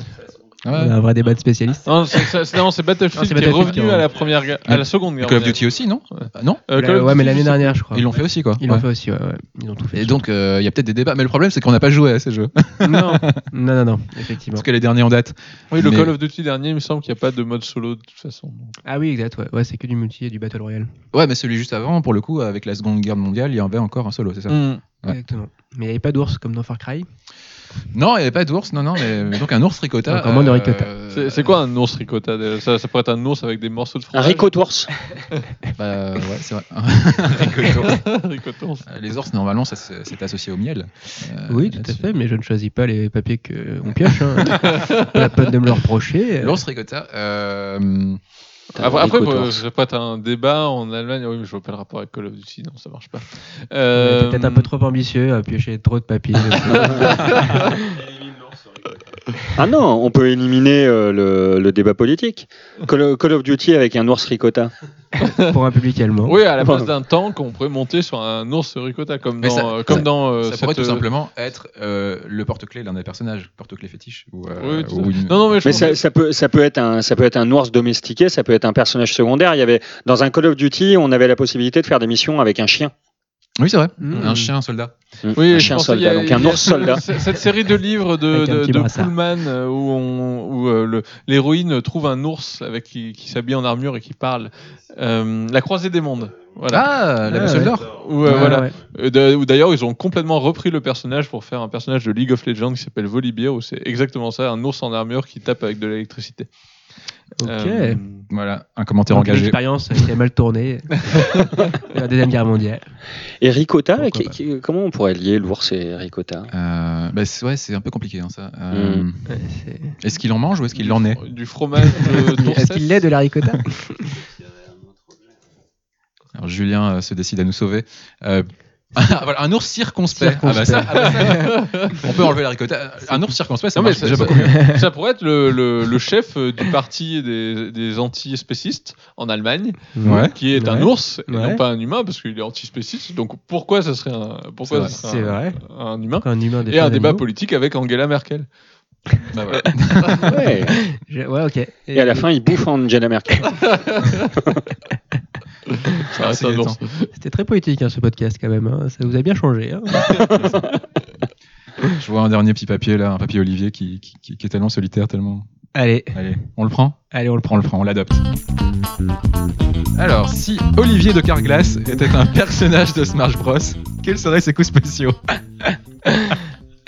[SPEAKER 1] Ah
[SPEAKER 4] On
[SPEAKER 1] ouais.
[SPEAKER 4] a un vrai débat de spécialistes.
[SPEAKER 3] Non, c'est- c'est c'est- non, c'est Battlefield
[SPEAKER 4] Non, c'est
[SPEAKER 3] qui
[SPEAKER 4] Battlefield
[SPEAKER 3] est revenu
[SPEAKER 4] qui est-
[SPEAKER 3] à la première guerre- à la seconde guerre.
[SPEAKER 1] Call of
[SPEAKER 3] mondiale.
[SPEAKER 1] Duty aussi, non
[SPEAKER 3] Ouais.
[SPEAKER 1] Ah, Non
[SPEAKER 3] Euh, Call of
[SPEAKER 4] ouais, mais
[SPEAKER 3] Duty,
[SPEAKER 4] l'année
[SPEAKER 3] je sais
[SPEAKER 4] dernière, je crois.
[SPEAKER 1] Ils l'ont fait aussi, quoi.
[SPEAKER 4] Bah Ils l'ont
[SPEAKER 1] Ouais.
[SPEAKER 4] fait aussi, ouais, ouais. Ils l'ont tout fait.
[SPEAKER 1] Et donc, euh, il y a peut-être des débats. Mais le problème, c'est qu'on n'a pas joué à ces jeux.
[SPEAKER 4] non. non, non, non, effectivement.
[SPEAKER 1] Parce que les derniers en date.
[SPEAKER 3] Oui, le
[SPEAKER 1] Mais-
[SPEAKER 3] Call of Duty dernier, il me semble qu'il n'y a pas de mode solo de toute façon.
[SPEAKER 4] Ah oui, exact, ouais. Ouais, c'est que du multi et du Battle Royale.
[SPEAKER 1] Ouais, mais celui juste avant, pour le coup, avec la Seconde Guerre mondiale, il y en avait encore un solo, c'est ça
[SPEAKER 4] Mm.
[SPEAKER 3] Hmm.
[SPEAKER 1] Ouais.
[SPEAKER 4] Exactement. Mais il n'y avait pas d'ours comme dans Far Cry.
[SPEAKER 1] Non, il n'y avait pas d'ours, non, non, mais donc un ours ricotta. euh,
[SPEAKER 4] Encore moins de ricotta.
[SPEAKER 3] C'est c'est quoi un ours ricotta déjà ça, ça pourrait être un ours avec des morceaux de
[SPEAKER 5] Un
[SPEAKER 3] fromage.
[SPEAKER 5] Ricotworth.
[SPEAKER 1] Bah, ouais, c'est vrai. Un ricotta.
[SPEAKER 3] Ricotta.
[SPEAKER 1] Euh, Les ours, normalement, ça se- c'est associé au miel. Euh,
[SPEAKER 4] oui, tout à
[SPEAKER 1] là-dessus.
[SPEAKER 4] fait, mais je ne choisis pas les papiers qu'on pioche. Hein. Pas la peine de me le reprocher.
[SPEAKER 1] L'ours ricotta. euh,
[SPEAKER 3] Après, après
[SPEAKER 5] Ricotworth.
[SPEAKER 3] euh, ça pourrait être un débat en Allemagne. Oui, mais je vois pas le rapport avec Call of Duty. Non, ça marche pas.
[SPEAKER 4] Euh,
[SPEAKER 3] Euh,
[SPEAKER 4] Peut-être un peu trop ambitieux à piocher trop de papiers.
[SPEAKER 5] Ah non, on peut éliminer euh, le, le débat politique. Call, Call of Duty avec un ours ricotta.
[SPEAKER 4] pour un public allemand.
[SPEAKER 3] Oui, à la place d'un tank, on pourrait monter sur un ours ricotta comme
[SPEAKER 1] Mais
[SPEAKER 3] dans.
[SPEAKER 1] ça-
[SPEAKER 3] euh, comme dans euh,
[SPEAKER 1] ça pourrait
[SPEAKER 3] cette,
[SPEAKER 1] tout
[SPEAKER 3] euh,
[SPEAKER 1] simplement être euh, le porte-clé d'un des personnages, porte-clé fétiche. Ou, euh,
[SPEAKER 3] oui, tout
[SPEAKER 1] ou
[SPEAKER 3] ça.
[SPEAKER 1] une-
[SPEAKER 3] Non, non, mais je
[SPEAKER 5] Mais
[SPEAKER 3] pense
[SPEAKER 5] ça,
[SPEAKER 3] que-
[SPEAKER 5] ça peut, ça, peut être un, ça peut être un ours domestiqué, ça peut être un personnage secondaire. Il y avait, dans un Call of Duty, on avait la possibilité de faire des missions avec un chien.
[SPEAKER 1] Oui, c'est vrai.
[SPEAKER 4] Mm.
[SPEAKER 1] Un chien soldat.
[SPEAKER 5] Mm,
[SPEAKER 3] Oui,
[SPEAKER 5] un
[SPEAKER 3] je
[SPEAKER 5] chien
[SPEAKER 3] pense qu'il y
[SPEAKER 5] soldat,
[SPEAKER 3] a-
[SPEAKER 5] donc un
[SPEAKER 3] il y a
[SPEAKER 5] ours
[SPEAKER 3] ce-
[SPEAKER 5] soldat.
[SPEAKER 3] ce- Cette série de livres de,
[SPEAKER 4] Avec un
[SPEAKER 3] de,
[SPEAKER 4] petit
[SPEAKER 3] de
[SPEAKER 4] brassard.
[SPEAKER 3] Pullman euh, où, on- où, euh, le- l'héroïne trouve un ours avec qui, qui s'habille en armure et qui parle. Euh, la croisée des mondes. Voilà.
[SPEAKER 1] Ah, la
[SPEAKER 4] Ah,
[SPEAKER 1] boussole
[SPEAKER 4] ouais.
[SPEAKER 1] d'or.
[SPEAKER 3] Où, euh,
[SPEAKER 4] Ouais,
[SPEAKER 3] voilà.
[SPEAKER 4] ouais.
[SPEAKER 3] Euh, d'a- où D'ailleurs, ils ont complètement repris le personnage pour faire un personnage de League of Legends qui s'appelle Volibear, où c'est exactement ça, un ours en armure qui tape avec de l'électricité.
[SPEAKER 4] Ok.
[SPEAKER 3] Euh,
[SPEAKER 1] Voilà, un commentaire
[SPEAKER 4] Donc, une
[SPEAKER 1] engagé.
[SPEAKER 4] expérience qui a mal tourné. la deuxième guerre mondiale.
[SPEAKER 5] Et ricotta,
[SPEAKER 4] Pourquoi
[SPEAKER 5] qui- qui- comment on pourrait lier l'ours et ricotta
[SPEAKER 1] Euh, bah, c'est ouais, c'est un peu compliqué hein, ça. Euh,
[SPEAKER 3] Mm.
[SPEAKER 4] Ouais, c'est-
[SPEAKER 1] Est-ce qu'il en mange ou est-ce qu'il en est
[SPEAKER 3] Du fromage de d'oursesse.
[SPEAKER 4] Est-ce qu'il l'est de la ricotta
[SPEAKER 1] Alors, Julien euh, se décide à nous sauver. Euh, voilà, un ours circonspect. Ah, bah, ça- ah, bah, ça- on peut enlever la ricotta. Un ours circonspect, ça
[SPEAKER 3] Non, mais
[SPEAKER 1] marche
[SPEAKER 3] ça-
[SPEAKER 1] déjà
[SPEAKER 3] ça-
[SPEAKER 1] beaucoup mieux.
[SPEAKER 3] Ça pourrait être le, le- le chef euh, du parti des, des antispécistes en Allemagne,
[SPEAKER 1] Ouais.
[SPEAKER 3] qui est un
[SPEAKER 4] Ouais.
[SPEAKER 3] ours et non
[SPEAKER 4] Ouais.
[SPEAKER 3] pas un humain, parce qu'il est antispéciste. Donc pourquoi ça serait un, pourquoi
[SPEAKER 1] C'est
[SPEAKER 3] ça
[SPEAKER 4] vrai.
[SPEAKER 3] serait un,
[SPEAKER 4] C'est
[SPEAKER 3] un humain
[SPEAKER 4] Un humain
[SPEAKER 3] Et un débat
[SPEAKER 4] politique.
[SPEAKER 3] politique avec Angela Merkel.
[SPEAKER 1] Bah, voilà.
[SPEAKER 5] Ouais.
[SPEAKER 4] Ouais, ok.
[SPEAKER 5] Et à la fin, il bouffe Angela Merkel.
[SPEAKER 3] Ça reste
[SPEAKER 1] C'est
[SPEAKER 3] un
[SPEAKER 1] les
[SPEAKER 3] ours.
[SPEAKER 1] temps.
[SPEAKER 4] C'était très poétique hein, ce podcast quand même. hein. Ça vous a bien changé. hein.
[SPEAKER 1] Je vois un dernier petit papier là, un papier Olivier qui, qui- qui- qui est tellement solitaire, tellement.
[SPEAKER 4] allez,
[SPEAKER 1] Allez, on le prend
[SPEAKER 4] allez, on le prend.
[SPEAKER 1] On le prend, on l'adopte. Alors, si Olivier de Carglass était un personnage de Smash Bros, quels seraient ses coups spéciaux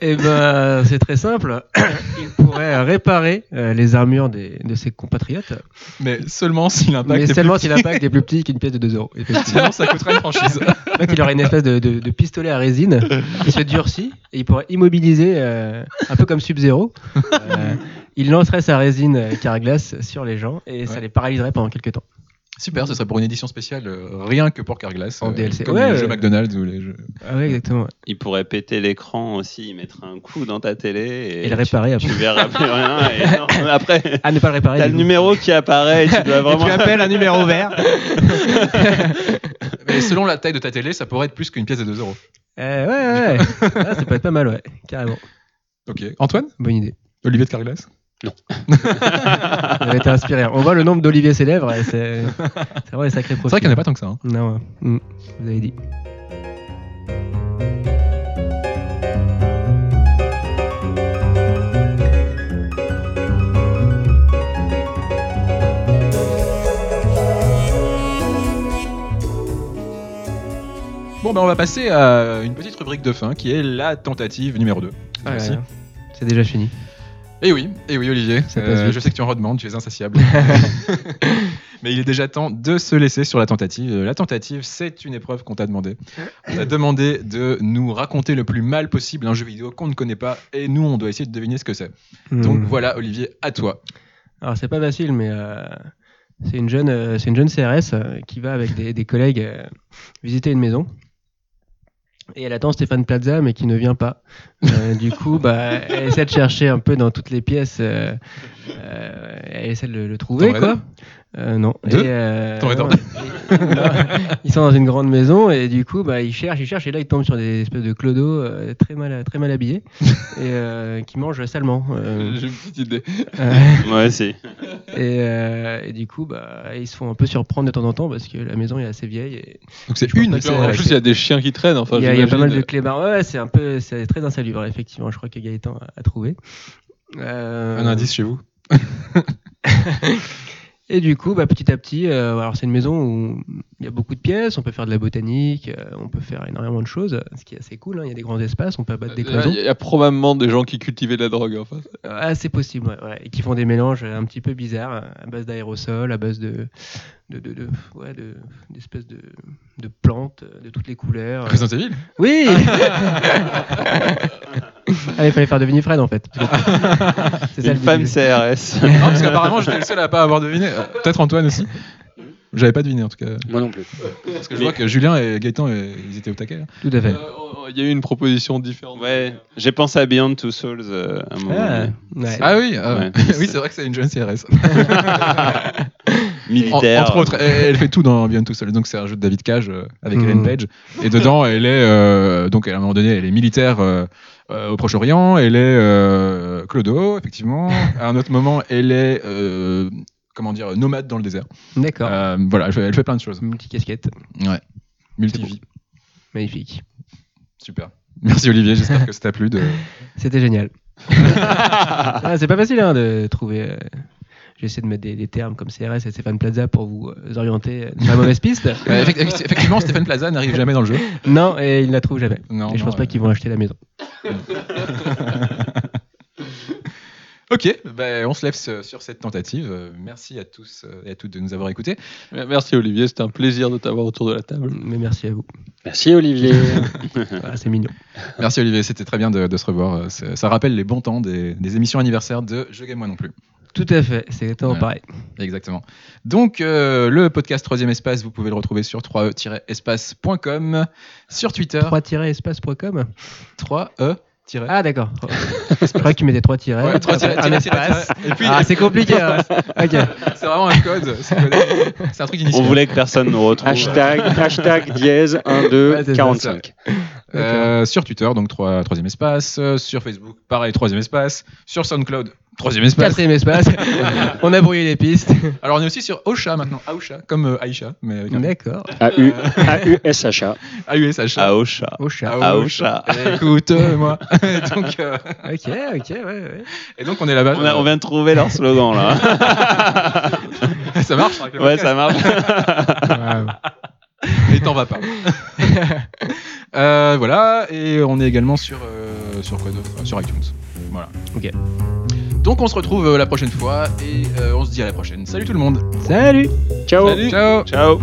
[SPEAKER 4] Eh ben, c'est très simple. Il pourrait réparer euh, les armures des- de ses compatriotes,
[SPEAKER 1] Mais sellement si l'impact
[SPEAKER 4] mais
[SPEAKER 1] est
[SPEAKER 4] seulement si
[SPEAKER 1] plus
[SPEAKER 4] l'impact est plus petit qu'une pièce de 2 euros.
[SPEAKER 1] petit. Sinon, ça coûterait une franchise.
[SPEAKER 4] En fait, il aurait une espèce de, de- de pistolet à résine qui se durcit et il pourrait immobiliser, euh, un peu comme Sub-Zero. Euh, il lancerait sa résine euh, carglass sur les gens et ça
[SPEAKER 1] Ouais.
[SPEAKER 4] les paralyserait pendant quelques temps.
[SPEAKER 1] Super, ce serait pour une édition spéciale, euh, rien que pour Carglass. euh,
[SPEAKER 4] En DLC.
[SPEAKER 1] Comme
[SPEAKER 4] Ouais,
[SPEAKER 1] les
[SPEAKER 4] ouais.
[SPEAKER 1] jeux McDonald's ou les jeux.
[SPEAKER 4] Ah ouais, exactement.
[SPEAKER 2] Il pourrait péter l'écran aussi, il mettrait un coup dans ta télé et,
[SPEAKER 4] Et le réparer
[SPEAKER 2] tu,
[SPEAKER 4] après.
[SPEAKER 2] tu verras plus rien. Et non, après,
[SPEAKER 4] Ah, ne pas le réparer.
[SPEAKER 2] t'as le
[SPEAKER 4] dis-donc.
[SPEAKER 2] numéro qui apparaît et tu dois vraiment.
[SPEAKER 1] un numéro vert. Mais selon la taille de ta télé, ça pourrait être plus qu'une pièce de 2 euros.
[SPEAKER 4] Euh, ouais, ouais, ouais. Ah, ça peut être pas mal, ouais. Carrément.
[SPEAKER 1] Ok. Antoine
[SPEAKER 4] Bonne idée.
[SPEAKER 1] Olivier de Carglass
[SPEAKER 4] On avait été inspiré. On voit le nombre d'Olivier célèbres et c'est c'est vraiment des sacrés
[SPEAKER 1] C'est
[SPEAKER 4] profils.
[SPEAKER 1] vrai qu'il n'y en a pas tant que ça. hein.
[SPEAKER 4] Non, ouais. Mm. vous avez dit.
[SPEAKER 1] Bon, ben on va passer à une petite rubrique de fin qui est la tentative numéro 2. Ah, Merci.
[SPEAKER 4] Ouais, C'est déjà fini.
[SPEAKER 1] Eh oui, eh oui Olivier,
[SPEAKER 4] Ça
[SPEAKER 1] Euh,
[SPEAKER 4] passe vite.
[SPEAKER 1] je sais que tu en redemandes, tu es insatiable. Mais il est déjà temps de se laisser sur la tentative. Euh, La tentative, c'est une épreuve qu'on t'a demandé. On t'a demandé de nous raconter le plus mal possible un jeu vidéo qu'on ne connaît pas et nous, on doit essayer de deviner ce que c'est. Donc
[SPEAKER 4] Mm.
[SPEAKER 1] voilà Olivier, à toi.
[SPEAKER 4] Alors c'est pas facile, mais euh, c'est une jeune, euh, c'est une jeune CRS euh, qui va avec des, des collègues euh, visiter une maison. Et elle attend Stéphane Plaza, mais qui ne vient pas. Euh, du coup, bah, elle essaie de chercher un peu dans toutes les pièces. euh, euh, elle essaie de le, le trouver,
[SPEAKER 1] Tomb
[SPEAKER 4] quoi.
[SPEAKER 1] Raider
[SPEAKER 4] Euh, non.
[SPEAKER 1] Deux
[SPEAKER 4] Et, euh,
[SPEAKER 1] Tomb Raider
[SPEAKER 4] non, et- non. Ils sont dans une grande maison et du coup, bah, ils cherchent, ils cherchent et là, ils tombent sur des espèces de clodos euh, très mal, très mal habillés et euh, qui mangent salement. euh.
[SPEAKER 3] J'ai une petite idée.
[SPEAKER 4] Euh,
[SPEAKER 2] Ouais, si.
[SPEAKER 4] et, euh, et du coup, bah, ils se font un peu surprendre de temps en temps parce que la maison est assez vieille. et
[SPEAKER 1] Donc c'est
[SPEAKER 4] Je pense
[SPEAKER 1] une
[SPEAKER 4] pas que-
[SPEAKER 1] c'est-
[SPEAKER 3] En plus, il y a des chiens qui traînent. Enfin,
[SPEAKER 4] Il y, a- il y a pas mal de
[SPEAKER 3] j'imagine. euh,
[SPEAKER 4] clébards. Ouais, ouais, c'est un peu, c'est très insalubre effectivement. Je crois que Gaëtan a, a trouvé. Euh,
[SPEAKER 1] un indice chez vous.
[SPEAKER 4] Et du coup, bah, petit à petit, euh, alors c'est une maison où il y a beaucoup de pièces. On peut faire de la botanique, euh, on peut faire énormément de choses, ce qui est assez cool. hein. Il y a des grands espaces, on peut abattre euh, des
[SPEAKER 3] Euh, Là,
[SPEAKER 4] cloisons.
[SPEAKER 3] Il y a probablement des gens qui cultivaient de la drogue. Enfin,
[SPEAKER 4] Ah, c'est possible, ouais, ouais. Et qui font des mélanges un petit peu bizarres, à base d'aérosols, à base de. de, de, de- ouais, de- d'espèces de, de plantes de toutes les couleurs.
[SPEAKER 1] Resident Evil
[SPEAKER 4] Oui Ah, il fallait faire deviner Fred en fait. C'est ça,
[SPEAKER 2] Une
[SPEAKER 4] le
[SPEAKER 2] femme
[SPEAKER 4] but.
[SPEAKER 2] CRS.
[SPEAKER 1] Non, parce qu'apparemment, j'étais le seul à pas avoir deviné. Euh, Peut-être Antoine aussi. J'avais pas deviné en tout cas.
[SPEAKER 5] Moi non plus.
[SPEAKER 1] Parce que je vois que Julien et Gaëtan, euh, ils étaient au taquet. là.
[SPEAKER 4] Tout à fait.
[SPEAKER 3] euh, il y a eu une proposition différente.
[SPEAKER 2] Ouais, j'ai pensé à Beyond Two Souls euh, à un moment.
[SPEAKER 4] Ah,
[SPEAKER 2] donné.
[SPEAKER 4] ouais.
[SPEAKER 1] Ah oui, ah
[SPEAKER 2] Ouais.
[SPEAKER 1] oui c'est vrai que c'est une jeune CRS. En-
[SPEAKER 2] Militaire.
[SPEAKER 1] entre autres, elle, elle fait tout dans Beyond Two Souls. Donc c'est un jeu de David Cage euh, avec
[SPEAKER 4] Mhm.
[SPEAKER 1] Ellen Page. Et dedans, elle est euh, donc à un moment donné, elle est militaire euh, euh, au Proche-Orient. Elle est euh, clodo, effectivement. à un autre moment, elle est euh, comment dire nomade dans le désert.
[SPEAKER 4] D'accord.
[SPEAKER 1] Euh, voilà, elle fait, elle fait plein de choses.
[SPEAKER 4] Multicasquette,
[SPEAKER 1] Ouais. Multivie.
[SPEAKER 4] magnifique.
[SPEAKER 1] Super. Merci Olivier, j'espère que ça t'a plu. De...
[SPEAKER 4] C'était génial. Ah, c'est pas facile hein, de trouver. euh, J'ai essayé de mettre des, des termes comme CRS et Stéphane Plaza pour vous euh, orienter euh, sur la mauvaise piste.
[SPEAKER 1] Euh, effect- effect- effectivement, Stéphane Plaza n'arrive jamais dans le jeu.
[SPEAKER 4] Non, et ils ne la trouvent jamais.
[SPEAKER 1] Non,
[SPEAKER 4] et je
[SPEAKER 1] non,
[SPEAKER 4] pense pas
[SPEAKER 1] euh,
[SPEAKER 4] qu'ils vont acheter la maison.
[SPEAKER 1] Ok, ben, on se lève ce- sur cette tentative. Euh, Merci à tous euh, et à toutes de nous avoir écoutés.
[SPEAKER 3] Mais Merci Olivier, c'était un plaisir de t'avoir autour de la table.
[SPEAKER 4] Mais merci à vous.
[SPEAKER 5] Merci Olivier.
[SPEAKER 4] Ah, c'est mignon.
[SPEAKER 1] Merci Olivier, c'était très bien de, de se revoir. Euh, c'est- Ça rappelle les bons temps des, des émissions anniversaires de Je Game Moi Non Plus.
[SPEAKER 4] Tout à fait, c'est exactement
[SPEAKER 1] Ouais.
[SPEAKER 4] pareil.
[SPEAKER 1] Exactement. Donc, euh, le podcast Troisième Espace, vous pouvez le retrouver sur E 3e-espace.com, sur Twitter,
[SPEAKER 4] 3-espace.com
[SPEAKER 1] 3e.
[SPEAKER 4] Ah d'accord. Je croyais que tu mettais 3 tirets.
[SPEAKER 1] Ouais, 3
[SPEAKER 4] Après, un espace.
[SPEAKER 1] Et puis,
[SPEAKER 4] Ah, c'est compliqué. hein. Ok.
[SPEAKER 1] c'est vraiment un code. C'est codé. C'est un truc
[SPEAKER 2] On
[SPEAKER 1] initial.
[SPEAKER 2] voulait que personne nous retrouve.
[SPEAKER 5] hashtag, hashtag dièse 1, 2,
[SPEAKER 4] Ouais, c'est ça,
[SPEAKER 5] 45.
[SPEAKER 1] Euh, sur Twitter, donc 3, Troisième Espace, euh, sur Facebook, pareil, Troisième Espace, sur SoundCloud, Troisième Espace.
[SPEAKER 4] Quatrième espace. On a brouillé les pistes.
[SPEAKER 1] Alors, on est aussi sur Ocha maintenant, Aosha, comme euh, Aisha, mais avec un
[SPEAKER 4] D'accord.
[SPEAKER 5] A-U- A-U-S-H-A.
[SPEAKER 1] A-U-S-H-A.
[SPEAKER 2] À Ocha.
[SPEAKER 4] Au chat.
[SPEAKER 1] Ah,
[SPEAKER 2] À
[SPEAKER 1] au
[SPEAKER 2] Ocha.
[SPEAKER 1] Écoute-moi. euh, Et donc, euh,
[SPEAKER 4] Ok, ok, ouais, ouais.
[SPEAKER 1] et donc, on est là-bas.
[SPEAKER 2] On, a- on vient de trouver leur slogan là.
[SPEAKER 1] Ça marche hein, avec le
[SPEAKER 2] Ouais,
[SPEAKER 1] podcast.
[SPEAKER 2] ça marche.
[SPEAKER 1] Ah, Et t'en vas pas. Euh, voilà, et on est également sur, euh, sur quoi d'autre Sur iTunes. Voilà.
[SPEAKER 4] Ok.
[SPEAKER 1] Donc on se retrouve euh, la prochaine fois et euh, on se dit à la prochaine. Salut tout le monde.
[SPEAKER 4] Salut
[SPEAKER 5] Ciao.
[SPEAKER 1] Ciao.
[SPEAKER 2] Ciao